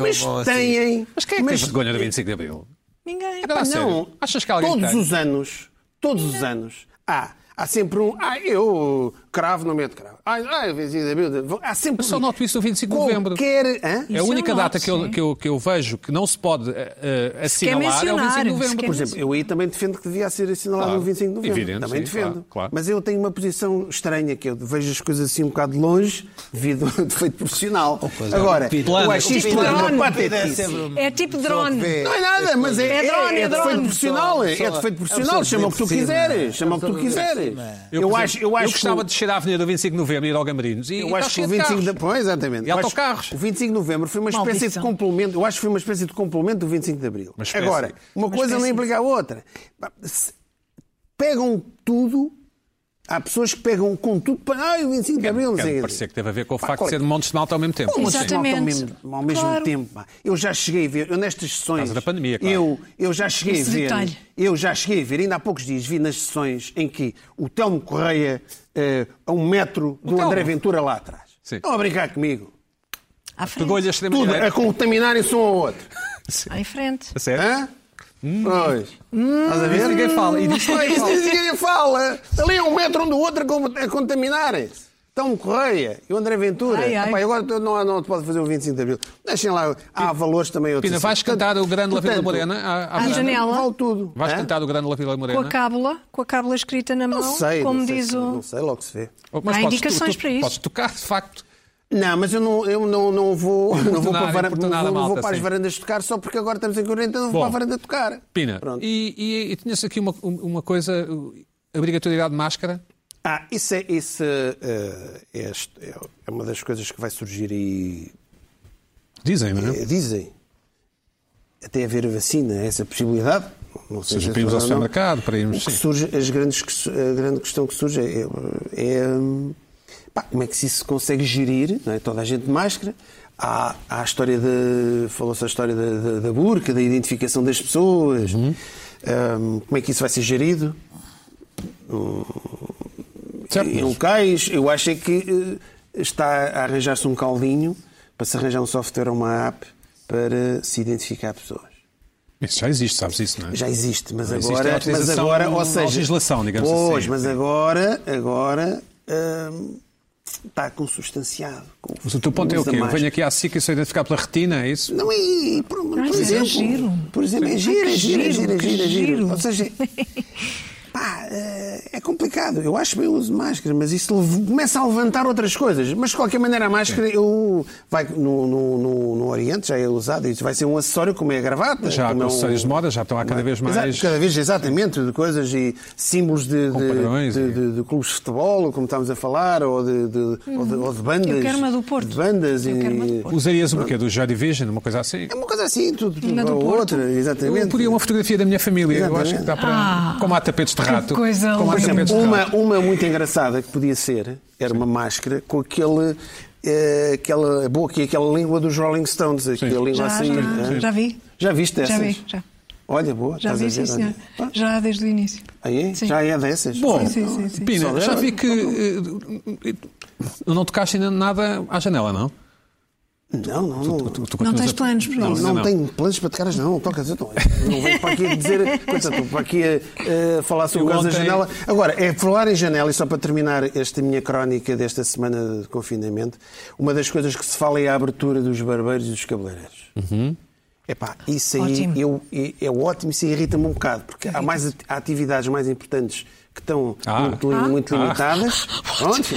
[SPEAKER 2] Mas têm.
[SPEAKER 1] Mas quem é que
[SPEAKER 2] mas
[SPEAKER 1] tem vergonha do 25 de Abril?
[SPEAKER 4] Ninguém.
[SPEAKER 2] Então,
[SPEAKER 1] Era assim.
[SPEAKER 2] Não.
[SPEAKER 1] Sério? Achas que alguém
[SPEAKER 2] Todos
[SPEAKER 1] tem?
[SPEAKER 2] os anos, todos os anos, há. Há sempre um. Ah, eu cravo no meio de cravo. Ah, ah, eu venci da Bíblia. Há sempre
[SPEAKER 1] Eu só noto isso no 25 de novembro.
[SPEAKER 2] Qualquer. Hã?
[SPEAKER 1] É a
[SPEAKER 4] Isso eu
[SPEAKER 1] única
[SPEAKER 4] noto,
[SPEAKER 1] data que eu,
[SPEAKER 4] sim.
[SPEAKER 1] que, eu, que eu vejo que não se pode eh, eh, assinalar é o 25
[SPEAKER 4] mencionar,
[SPEAKER 1] de
[SPEAKER 4] se
[SPEAKER 1] novembro.
[SPEAKER 4] quer
[SPEAKER 2] Por exemplo, eu aí também defendo que devia ser assinalado
[SPEAKER 1] Claro.
[SPEAKER 2] no 25 de novembro.
[SPEAKER 1] Evidente,
[SPEAKER 2] também
[SPEAKER 1] sim,
[SPEAKER 2] defendo.
[SPEAKER 1] claro, claro.
[SPEAKER 2] Mas eu tenho uma posição estranha, que eu vejo as coisas assim um bocado de longe, devido ao [laughs] defeito profissional. Agora, o achismo
[SPEAKER 4] Tipo
[SPEAKER 2] é uma
[SPEAKER 4] plano.
[SPEAKER 2] patetice.
[SPEAKER 4] É tipo drone.
[SPEAKER 2] Não é nada, mas é, é,
[SPEAKER 4] É drone,
[SPEAKER 2] é,
[SPEAKER 4] é
[SPEAKER 2] defeito
[SPEAKER 4] drone.
[SPEAKER 2] profissional. É, é
[SPEAKER 3] Pessoa-
[SPEAKER 2] defeito
[SPEAKER 3] é
[SPEAKER 2] profissional.
[SPEAKER 3] um
[SPEAKER 2] Chama o que tu
[SPEAKER 3] pessoa
[SPEAKER 2] quiseres.
[SPEAKER 3] depressiva.
[SPEAKER 2] Chama o que tu
[SPEAKER 3] É um pessoa
[SPEAKER 2] quiseres.
[SPEAKER 3] depressiva.
[SPEAKER 2] Eu,
[SPEAKER 1] por exemplo,
[SPEAKER 2] acho, eu
[SPEAKER 1] eu
[SPEAKER 2] acho
[SPEAKER 1] gostava
[SPEAKER 2] que,
[SPEAKER 1] de chegar à Avenida do 25 de Novembro e ir ao Gambarinos. E
[SPEAKER 2] eu
[SPEAKER 1] está
[SPEAKER 2] acho que
[SPEAKER 1] cheio
[SPEAKER 2] o
[SPEAKER 1] de
[SPEAKER 2] 25 de,
[SPEAKER 1] carros.
[SPEAKER 2] pois, exatamente.
[SPEAKER 1] E
[SPEAKER 2] Eu acho-
[SPEAKER 1] autocarros.
[SPEAKER 2] O 25 de novembro foi uma espécie
[SPEAKER 4] Maldição.
[SPEAKER 2] de complemento. Eu acho que foi uma espécie de complemento do 25 de abril.
[SPEAKER 1] Uma espécie.
[SPEAKER 2] Agora, uma, coisa não
[SPEAKER 4] espécie.
[SPEAKER 2] implica a outra. Pá, se- Pegam tudo. Há pessoas que pegam com tudo para. Ah, o 25 de abril, não
[SPEAKER 1] Quer-me
[SPEAKER 2] sei o quê.
[SPEAKER 1] parecer É, que teve a ver com o
[SPEAKER 2] Pá, assim?
[SPEAKER 1] facto
[SPEAKER 2] qual
[SPEAKER 1] de ser
[SPEAKER 2] é
[SPEAKER 1] de
[SPEAKER 2] que-
[SPEAKER 1] montes de malta ao mesmo tempo.
[SPEAKER 2] Pô, mas
[SPEAKER 1] Sim.
[SPEAKER 2] de malta ao
[SPEAKER 4] Exatamente.
[SPEAKER 2] mesmo, ao mesmo
[SPEAKER 4] Claro.
[SPEAKER 2] tempo. pá. Eu já cheguei a ver, eu nestas sessões.
[SPEAKER 1] causa da pandemia, claro.
[SPEAKER 2] eu, eu já cheguei
[SPEAKER 4] Esse
[SPEAKER 2] a ver.
[SPEAKER 4] detalhe.
[SPEAKER 2] Eu já cheguei a ver, ainda há poucos dias, vi nas sessões em que o Telmo Correia, eh, a um metro do
[SPEAKER 1] Telmo.
[SPEAKER 2] André Ventura lá atrás.
[SPEAKER 1] Sim.
[SPEAKER 2] Estão a brincar comigo.
[SPEAKER 4] À frente.
[SPEAKER 1] Pegou-lhe a extrema
[SPEAKER 2] Tudo a
[SPEAKER 1] direita.
[SPEAKER 2] contaminarem-se um ao outro.
[SPEAKER 4] À frente.
[SPEAKER 1] A sério?
[SPEAKER 2] Hã?
[SPEAKER 1] Hum.
[SPEAKER 2] Pois. Estás a ver?
[SPEAKER 1] Isso ninguém fala. E
[SPEAKER 2] [laughs]
[SPEAKER 1] disso ninguém
[SPEAKER 2] Isso
[SPEAKER 1] fala.
[SPEAKER 2] ninguém fala. Ali é um metro um do outro a con- a contaminarem-se. Estão Correia e o André Ventura.
[SPEAKER 4] Ai, ai.
[SPEAKER 2] Epá, agora tu não, não te pode fazer o 25 de Abril. Deixem lá. Há valores também outros.
[SPEAKER 1] Pina, vais
[SPEAKER 2] Portanto-
[SPEAKER 1] cantar o Grande La Vila
[SPEAKER 2] portanto,
[SPEAKER 1] Morena? à- à
[SPEAKER 4] À
[SPEAKER 1] varanda?
[SPEAKER 4] janela.
[SPEAKER 2] Vale tudo.
[SPEAKER 1] é? Vais
[SPEAKER 2] Hã?
[SPEAKER 1] cantar o Grande La Vila
[SPEAKER 4] Com a
[SPEAKER 1] Morena?
[SPEAKER 4] cábula, com a cábula escrita na mão,
[SPEAKER 2] Não sei.
[SPEAKER 4] como
[SPEAKER 2] não sei,
[SPEAKER 4] diz
[SPEAKER 2] se-
[SPEAKER 4] o.
[SPEAKER 2] Não sei, logo se vê.
[SPEAKER 4] Há
[SPEAKER 1] podes-
[SPEAKER 4] indicações para isso.
[SPEAKER 1] Podes tocar, de facto.
[SPEAKER 2] Não, mas eu não, eu não, não vou, não vou, para, a varanda, não
[SPEAKER 1] importunar a
[SPEAKER 2] vou, não vou
[SPEAKER 1] malta,
[SPEAKER 2] para as
[SPEAKER 1] sim.
[SPEAKER 2] varandas tocar só porque agora estamos em quarentena, não vou
[SPEAKER 1] Bom.
[SPEAKER 2] para a varanda tocar.
[SPEAKER 1] Pina,
[SPEAKER 2] Pronto.
[SPEAKER 1] e, e, e tinhas aqui uma, um, uma coisa, obrigatoriedade de máscara?
[SPEAKER 2] Ah, isso é, isso, eh, é, est- é, é uma das coisas que vai surgir aí.
[SPEAKER 1] Dizem, não
[SPEAKER 2] eh, dizem. Até haver a vacina, essa possibilidade. Não sei
[SPEAKER 1] Ou seja,
[SPEAKER 2] é
[SPEAKER 1] para irmos ao
[SPEAKER 2] verdade ou não.
[SPEAKER 1] supermercado, para
[SPEAKER 2] O
[SPEAKER 1] irmos.
[SPEAKER 2] que
[SPEAKER 1] Sim.
[SPEAKER 2] surge, as grandes, que su- a grande questão que surge é, é, hum, pá, como é que se isso se consegue gerir, não é? toda a gente de máscara. Há, há a história de. Falou-se a história da, da, da burca, da identificação das pessoas.
[SPEAKER 1] Uhum.
[SPEAKER 2] Hum, como é que isso vai ser gerido?
[SPEAKER 1] Certo,
[SPEAKER 2] Em locais, um eu acho é que eh, está a arranjar-se um caldinho para se arranjar um software ou uma app para se identificar pessoas.
[SPEAKER 1] Isso já existe, sabes isso, não é?
[SPEAKER 2] Já existe, mas
[SPEAKER 1] Não existe a
[SPEAKER 2] agora, mas
[SPEAKER 1] autorização
[SPEAKER 2] agora,
[SPEAKER 1] na
[SPEAKER 2] ou seja,
[SPEAKER 1] legislação, digamos
[SPEAKER 2] pois,
[SPEAKER 1] assim.
[SPEAKER 2] mas agora, agora hum, está consubstanciado. Com
[SPEAKER 1] Mas o teu ponto é o
[SPEAKER 2] uso da
[SPEAKER 1] quê? Eu
[SPEAKER 2] máscara.
[SPEAKER 1] venho aqui à SIC e sou identificado pela retina, é isso?
[SPEAKER 2] Não é, por, por
[SPEAKER 4] Ai,
[SPEAKER 2] exemplo,
[SPEAKER 4] é giro.
[SPEAKER 2] por exemplo, é
[SPEAKER 4] Ai,
[SPEAKER 2] giro, é
[SPEAKER 4] que
[SPEAKER 2] giro, é giro, é
[SPEAKER 4] giro,
[SPEAKER 2] giro, é
[SPEAKER 4] que
[SPEAKER 2] giro.
[SPEAKER 4] giro.
[SPEAKER 2] Ou
[SPEAKER 4] [laughs]
[SPEAKER 2] seja, pá, eh, é complicado. Eu acho bem o uso de máscara, mas isso lev- começa a levantar outras coisas. Mas de qualquer maneira, a máscara eu, vai, no, no, no, no Oriente já é usado, isso vai ser um acessório como é a gravata.
[SPEAKER 1] Já há
[SPEAKER 2] como é um-
[SPEAKER 1] acessórios de moda, já estão há cada vez mais.
[SPEAKER 2] Exato, cada vez, exatamente, de coisas e símbolos de, de,
[SPEAKER 1] Com padrões,
[SPEAKER 2] de-
[SPEAKER 1] e-
[SPEAKER 2] de- de clubes de futebol, como estávamos a falar, ou de, de- ou de, ou de bandas.
[SPEAKER 4] Eu quero uma do Porto.
[SPEAKER 2] De bandas
[SPEAKER 4] Eu
[SPEAKER 2] e...
[SPEAKER 4] quero uma do Porto.
[SPEAKER 1] Usarias o quê? Do Joy Division, uma coisa assim?
[SPEAKER 2] É uma coisa assim, tudo, tudo
[SPEAKER 4] Uma do
[SPEAKER 2] ou
[SPEAKER 4] Porto.
[SPEAKER 2] outra, exatamente.
[SPEAKER 1] Eu podia uma fotografia da minha família, eu acho que
[SPEAKER 2] Exatamente.
[SPEAKER 1] dá para.
[SPEAKER 4] Ah,
[SPEAKER 1] como há tapetes de
[SPEAKER 4] que
[SPEAKER 1] rato.
[SPEAKER 4] coisa
[SPEAKER 1] como há
[SPEAKER 2] Por
[SPEAKER 4] linda.
[SPEAKER 1] tapetes
[SPEAKER 2] exemplo,
[SPEAKER 1] de
[SPEAKER 2] uma,
[SPEAKER 1] rato.
[SPEAKER 2] uma muito engraçada que podia ser, era uma máscara com aquele, eh, aquela boca e aquela língua dos Rolling Stones, aquela língua
[SPEAKER 4] Já,
[SPEAKER 2] assim.
[SPEAKER 4] já,
[SPEAKER 2] eh?
[SPEAKER 4] já vi.
[SPEAKER 2] Já viste essas?
[SPEAKER 4] Já vi, já.
[SPEAKER 2] Olha, boa,
[SPEAKER 4] Já
[SPEAKER 2] estás
[SPEAKER 4] vi,
[SPEAKER 2] a
[SPEAKER 4] sim,
[SPEAKER 2] ver,
[SPEAKER 4] senhor.
[SPEAKER 2] olha.
[SPEAKER 4] Já desde o início.
[SPEAKER 2] Aí?
[SPEAKER 4] Sim.
[SPEAKER 2] Já é dessas?
[SPEAKER 1] Bom,
[SPEAKER 4] Sim, sim, sim, sim.
[SPEAKER 1] Pina,
[SPEAKER 2] Só
[SPEAKER 1] já
[SPEAKER 2] dela.
[SPEAKER 1] vi que. eh, eh, não tocaste ainda nada à janela, não?
[SPEAKER 2] Não, não, não.
[SPEAKER 1] Tu- tu
[SPEAKER 4] Não
[SPEAKER 1] continuas
[SPEAKER 4] tens
[SPEAKER 1] a-
[SPEAKER 4] planos para
[SPEAKER 2] Não,
[SPEAKER 4] isso?
[SPEAKER 2] não, tenho planos para tocar as não, não toca então, Não venho para aqui
[SPEAKER 4] [laughs]
[SPEAKER 2] dizer, coisa, estou para aqui a, a falar sobre o
[SPEAKER 1] Eu
[SPEAKER 2] caso da
[SPEAKER 1] ontem-
[SPEAKER 2] janela. Agora, é falar em janela, e só para terminar esta minha crónica desta semana de confinamento, uma das coisas que se fala é a abertura dos barbeiros e dos cabeleireiros.
[SPEAKER 1] Uhum.
[SPEAKER 2] Epá, isso aí
[SPEAKER 4] Ótimo.
[SPEAKER 2] eu- é- é ótimo, isso irrita-me um bocado, porque há mais ati- há atividades mais importantes que estão
[SPEAKER 1] Ah.
[SPEAKER 2] muito, muito limitadas.
[SPEAKER 1] [laughs]
[SPEAKER 2] Pronto.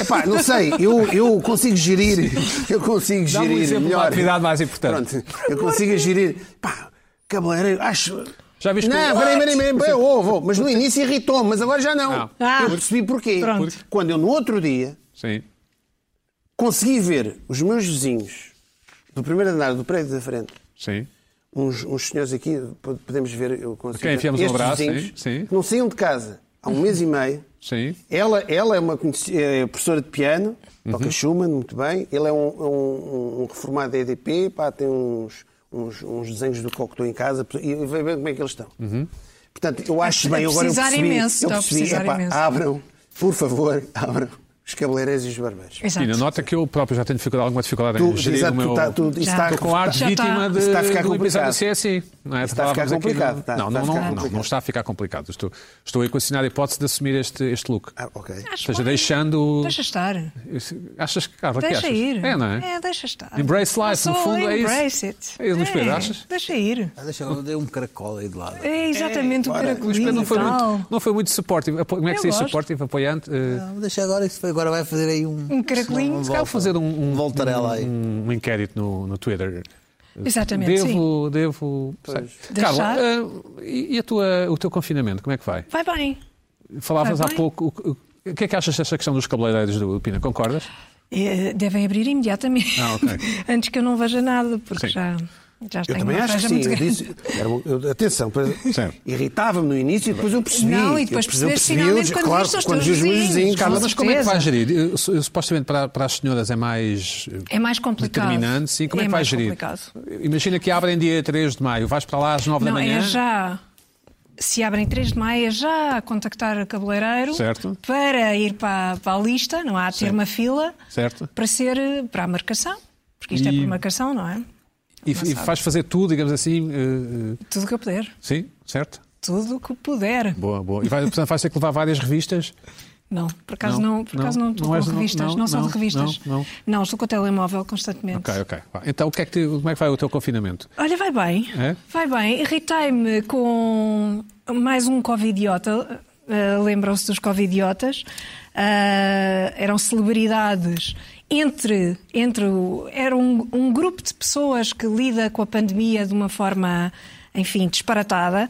[SPEAKER 2] Epá, não sei, eu, eu consigo gerir, eu consigo
[SPEAKER 1] Dá-me um
[SPEAKER 2] gerir
[SPEAKER 1] exemplo de uma
[SPEAKER 2] melhor.
[SPEAKER 1] atividade mais importante.
[SPEAKER 2] Pronto, eu consigo gerir. Pá, cabeleireiro, acho.
[SPEAKER 1] Já viste
[SPEAKER 2] Não,
[SPEAKER 1] que...
[SPEAKER 2] peraí, peraí, peraí, peraí, ouve, ouve. mas no início irritou-me, mas agora já não.
[SPEAKER 4] Ah.
[SPEAKER 2] Eu percebi porquê.
[SPEAKER 4] Pronto.
[SPEAKER 2] Quando eu, no outro dia,
[SPEAKER 1] Sim.
[SPEAKER 2] consegui ver os meus vizinhos do primeiro andar do prédio da frente,
[SPEAKER 1] Sim.
[SPEAKER 2] uns, uns senhores aqui, p- podemos ver, eu consigo.
[SPEAKER 1] Quem enfiamos um
[SPEAKER 2] Estes
[SPEAKER 1] abraço,
[SPEAKER 2] vizinhos
[SPEAKER 1] sim, sim.
[SPEAKER 2] que Não saíam de casa há um mês e meio.
[SPEAKER 1] Sim.
[SPEAKER 2] Ela, ela é uma conheci- é professora de piano,
[SPEAKER 1] Uhum.
[SPEAKER 2] toca Schumann, muito bem. Ele é um, um- um reformado da EDP, pá, tem uns, uns, uns desenhos do Cocteau em casa e vê bem como é que eles estão.
[SPEAKER 1] Uhum.
[SPEAKER 2] Portanto, eu acho
[SPEAKER 4] Está a
[SPEAKER 2] bem, agora eu
[SPEAKER 4] precisar
[SPEAKER 2] percebi,
[SPEAKER 4] imenso,
[SPEAKER 2] eu
[SPEAKER 4] está a
[SPEAKER 2] percebi,
[SPEAKER 4] precisar
[SPEAKER 2] epá,
[SPEAKER 4] imenso.
[SPEAKER 2] abram, por favor, [laughs] abram os cabeleireiros e os barbeiros.
[SPEAKER 4] Exato.
[SPEAKER 1] E na nota que eu próprio já tenho dificuldade, alguma dificuldade em
[SPEAKER 2] Tu,
[SPEAKER 1] gerir
[SPEAKER 2] exato,
[SPEAKER 1] o meu...
[SPEAKER 2] tu tá- tu- isso
[SPEAKER 4] Já.
[SPEAKER 2] está-
[SPEAKER 4] Tô
[SPEAKER 1] com ar de
[SPEAKER 4] Já tá.
[SPEAKER 1] vítima
[SPEAKER 4] está.
[SPEAKER 1] de,
[SPEAKER 2] Isso está a ficar
[SPEAKER 1] do episódio
[SPEAKER 2] complicado.
[SPEAKER 1] CSI. Não, é?
[SPEAKER 2] Isso está a
[SPEAKER 1] Falávamos
[SPEAKER 2] ficar
[SPEAKER 1] aqui no-
[SPEAKER 2] complicado, está-
[SPEAKER 1] não,
[SPEAKER 2] está a
[SPEAKER 1] não,
[SPEAKER 2] ficar
[SPEAKER 1] não, não,
[SPEAKER 2] complicado.
[SPEAKER 1] não está a ficar complicado. Estou, estou a equacionar a hipótese de assumir este, este look.
[SPEAKER 2] Ah, ok.
[SPEAKER 1] Ou
[SPEAKER 4] Acho
[SPEAKER 1] seja,
[SPEAKER 4] bem.
[SPEAKER 1] deixando...
[SPEAKER 4] Deixa estar.
[SPEAKER 1] Achas que, Carla, que
[SPEAKER 4] Deixa
[SPEAKER 1] achas?
[SPEAKER 4] ir.
[SPEAKER 1] É, não é?
[SPEAKER 4] deixa estar.
[SPEAKER 1] Embrace life,
[SPEAKER 4] Eu
[SPEAKER 1] no
[SPEAKER 4] sou
[SPEAKER 1] fundo, é isso.
[SPEAKER 4] embrace It.
[SPEAKER 1] É isso, Luís Pedro, achas?
[SPEAKER 4] Deixa ir.
[SPEAKER 3] Ah, deixa eu dei um caracol aí de lado.
[SPEAKER 4] É exatamente o
[SPEAKER 2] ora,
[SPEAKER 4] caracolinho
[SPEAKER 1] Mas não
[SPEAKER 4] e
[SPEAKER 1] foi,
[SPEAKER 4] tal.
[SPEAKER 1] muito, não foi muito supportive. Apo- Como é que
[SPEAKER 4] Eu
[SPEAKER 1] se diz
[SPEAKER 4] gosto.
[SPEAKER 1] supportive, apoiante? Eh,
[SPEAKER 3] Não, deixa agora, isso foi- agora vai fazer aí um.
[SPEAKER 4] Um caracolinho.
[SPEAKER 3] uma
[SPEAKER 4] Se
[SPEAKER 1] Se calhar
[SPEAKER 3] volta.
[SPEAKER 1] vou fazer um, um,
[SPEAKER 3] Voltarela aí.
[SPEAKER 1] um, um inquérito no, no Twitter.
[SPEAKER 4] Exatamente,
[SPEAKER 1] Devo, devo. sei.
[SPEAKER 4] Deixar?
[SPEAKER 1] Carla, ah, e e a tua, o teu confinamento, como é que vai?
[SPEAKER 4] Vai bem.
[SPEAKER 1] Falavas
[SPEAKER 4] Vai
[SPEAKER 1] há
[SPEAKER 4] bem.
[SPEAKER 1] pouco. O, o- o que é que achas dessa questão dos cabeleireiros do Pina? Concordas?
[SPEAKER 4] Eh, Devem abrir imediatamente.
[SPEAKER 1] Ah, ok.
[SPEAKER 4] [laughs] Antes que eu não veja nada, porque
[SPEAKER 1] Sim.
[SPEAKER 4] já, já
[SPEAKER 2] Eu
[SPEAKER 4] tenho
[SPEAKER 2] também
[SPEAKER 4] uma
[SPEAKER 2] acho que
[SPEAKER 4] franja
[SPEAKER 2] sim.
[SPEAKER 4] muito
[SPEAKER 2] Eu
[SPEAKER 4] grande.
[SPEAKER 2] disse, era um- eu- atenção, pois-
[SPEAKER 1] Certo.
[SPEAKER 2] irritava-me no início e depois eu percebi.
[SPEAKER 4] Não, e depois
[SPEAKER 2] eu percebi, eu
[SPEAKER 4] percebeste
[SPEAKER 2] percebi,
[SPEAKER 4] finalmente
[SPEAKER 2] eu-
[SPEAKER 4] quando
[SPEAKER 2] claro,
[SPEAKER 4] viste os
[SPEAKER 2] quando
[SPEAKER 4] teus
[SPEAKER 2] vi os meus
[SPEAKER 4] vizinhos.
[SPEAKER 2] vizinhos.
[SPEAKER 1] Carla,
[SPEAKER 2] Carla,
[SPEAKER 4] Com
[SPEAKER 1] mas como é que
[SPEAKER 4] certeza.
[SPEAKER 1] vais gerir? Eu- eu- supostamente para, para as senhoras é mais. eh,
[SPEAKER 4] É mais complicado.
[SPEAKER 1] Determinante, sim. Como é,
[SPEAKER 4] É
[SPEAKER 1] que vais
[SPEAKER 4] mais
[SPEAKER 1] gerir?
[SPEAKER 4] complicado.
[SPEAKER 1] Imagina que abrem dia 3 de maio, vais para lá às 9 da
[SPEAKER 4] Não,
[SPEAKER 1] manhã.
[SPEAKER 4] é já. Se abrem 3 de maio, é já a contactar o cabeleireiro
[SPEAKER 1] Certo.
[SPEAKER 4] para ir para, para a lista, não há a ter uma fila
[SPEAKER 1] Certo.
[SPEAKER 4] para ser eh, para a marcação, porque isto é
[SPEAKER 1] E-
[SPEAKER 4] por marcação, não é?
[SPEAKER 1] E, e vais fazer tudo, digamos assim. eh, eh,
[SPEAKER 4] Tudo o que eu puder.
[SPEAKER 1] sim, certo?
[SPEAKER 4] Tudo o que puder.
[SPEAKER 1] Boa, boa. E vai, portanto, vais ter que levar várias revistas.
[SPEAKER 4] Não, por acaso não, por acaso não, estou
[SPEAKER 1] não és-
[SPEAKER 4] com
[SPEAKER 1] não-
[SPEAKER 4] revistas, não,
[SPEAKER 1] não,
[SPEAKER 4] sou
[SPEAKER 1] não,
[SPEAKER 4] de revistas.
[SPEAKER 1] não, não.
[SPEAKER 4] estou com o telemóvel constantemente.
[SPEAKER 1] [laughs] Ok, ok. Vá. Então, o que é que te- como é que vai o teu confinamento?
[SPEAKER 4] Olha, vai bem.
[SPEAKER 1] É?
[SPEAKER 4] Vai bem. Irritei-me com mais um Covidiota. Ah, Lembram-se dos Covidiotas? Ah, eram celebridades. Entre, entre o- era um, um grupo de pessoas que lida com a pandemia de uma forma, enfim, disparatada.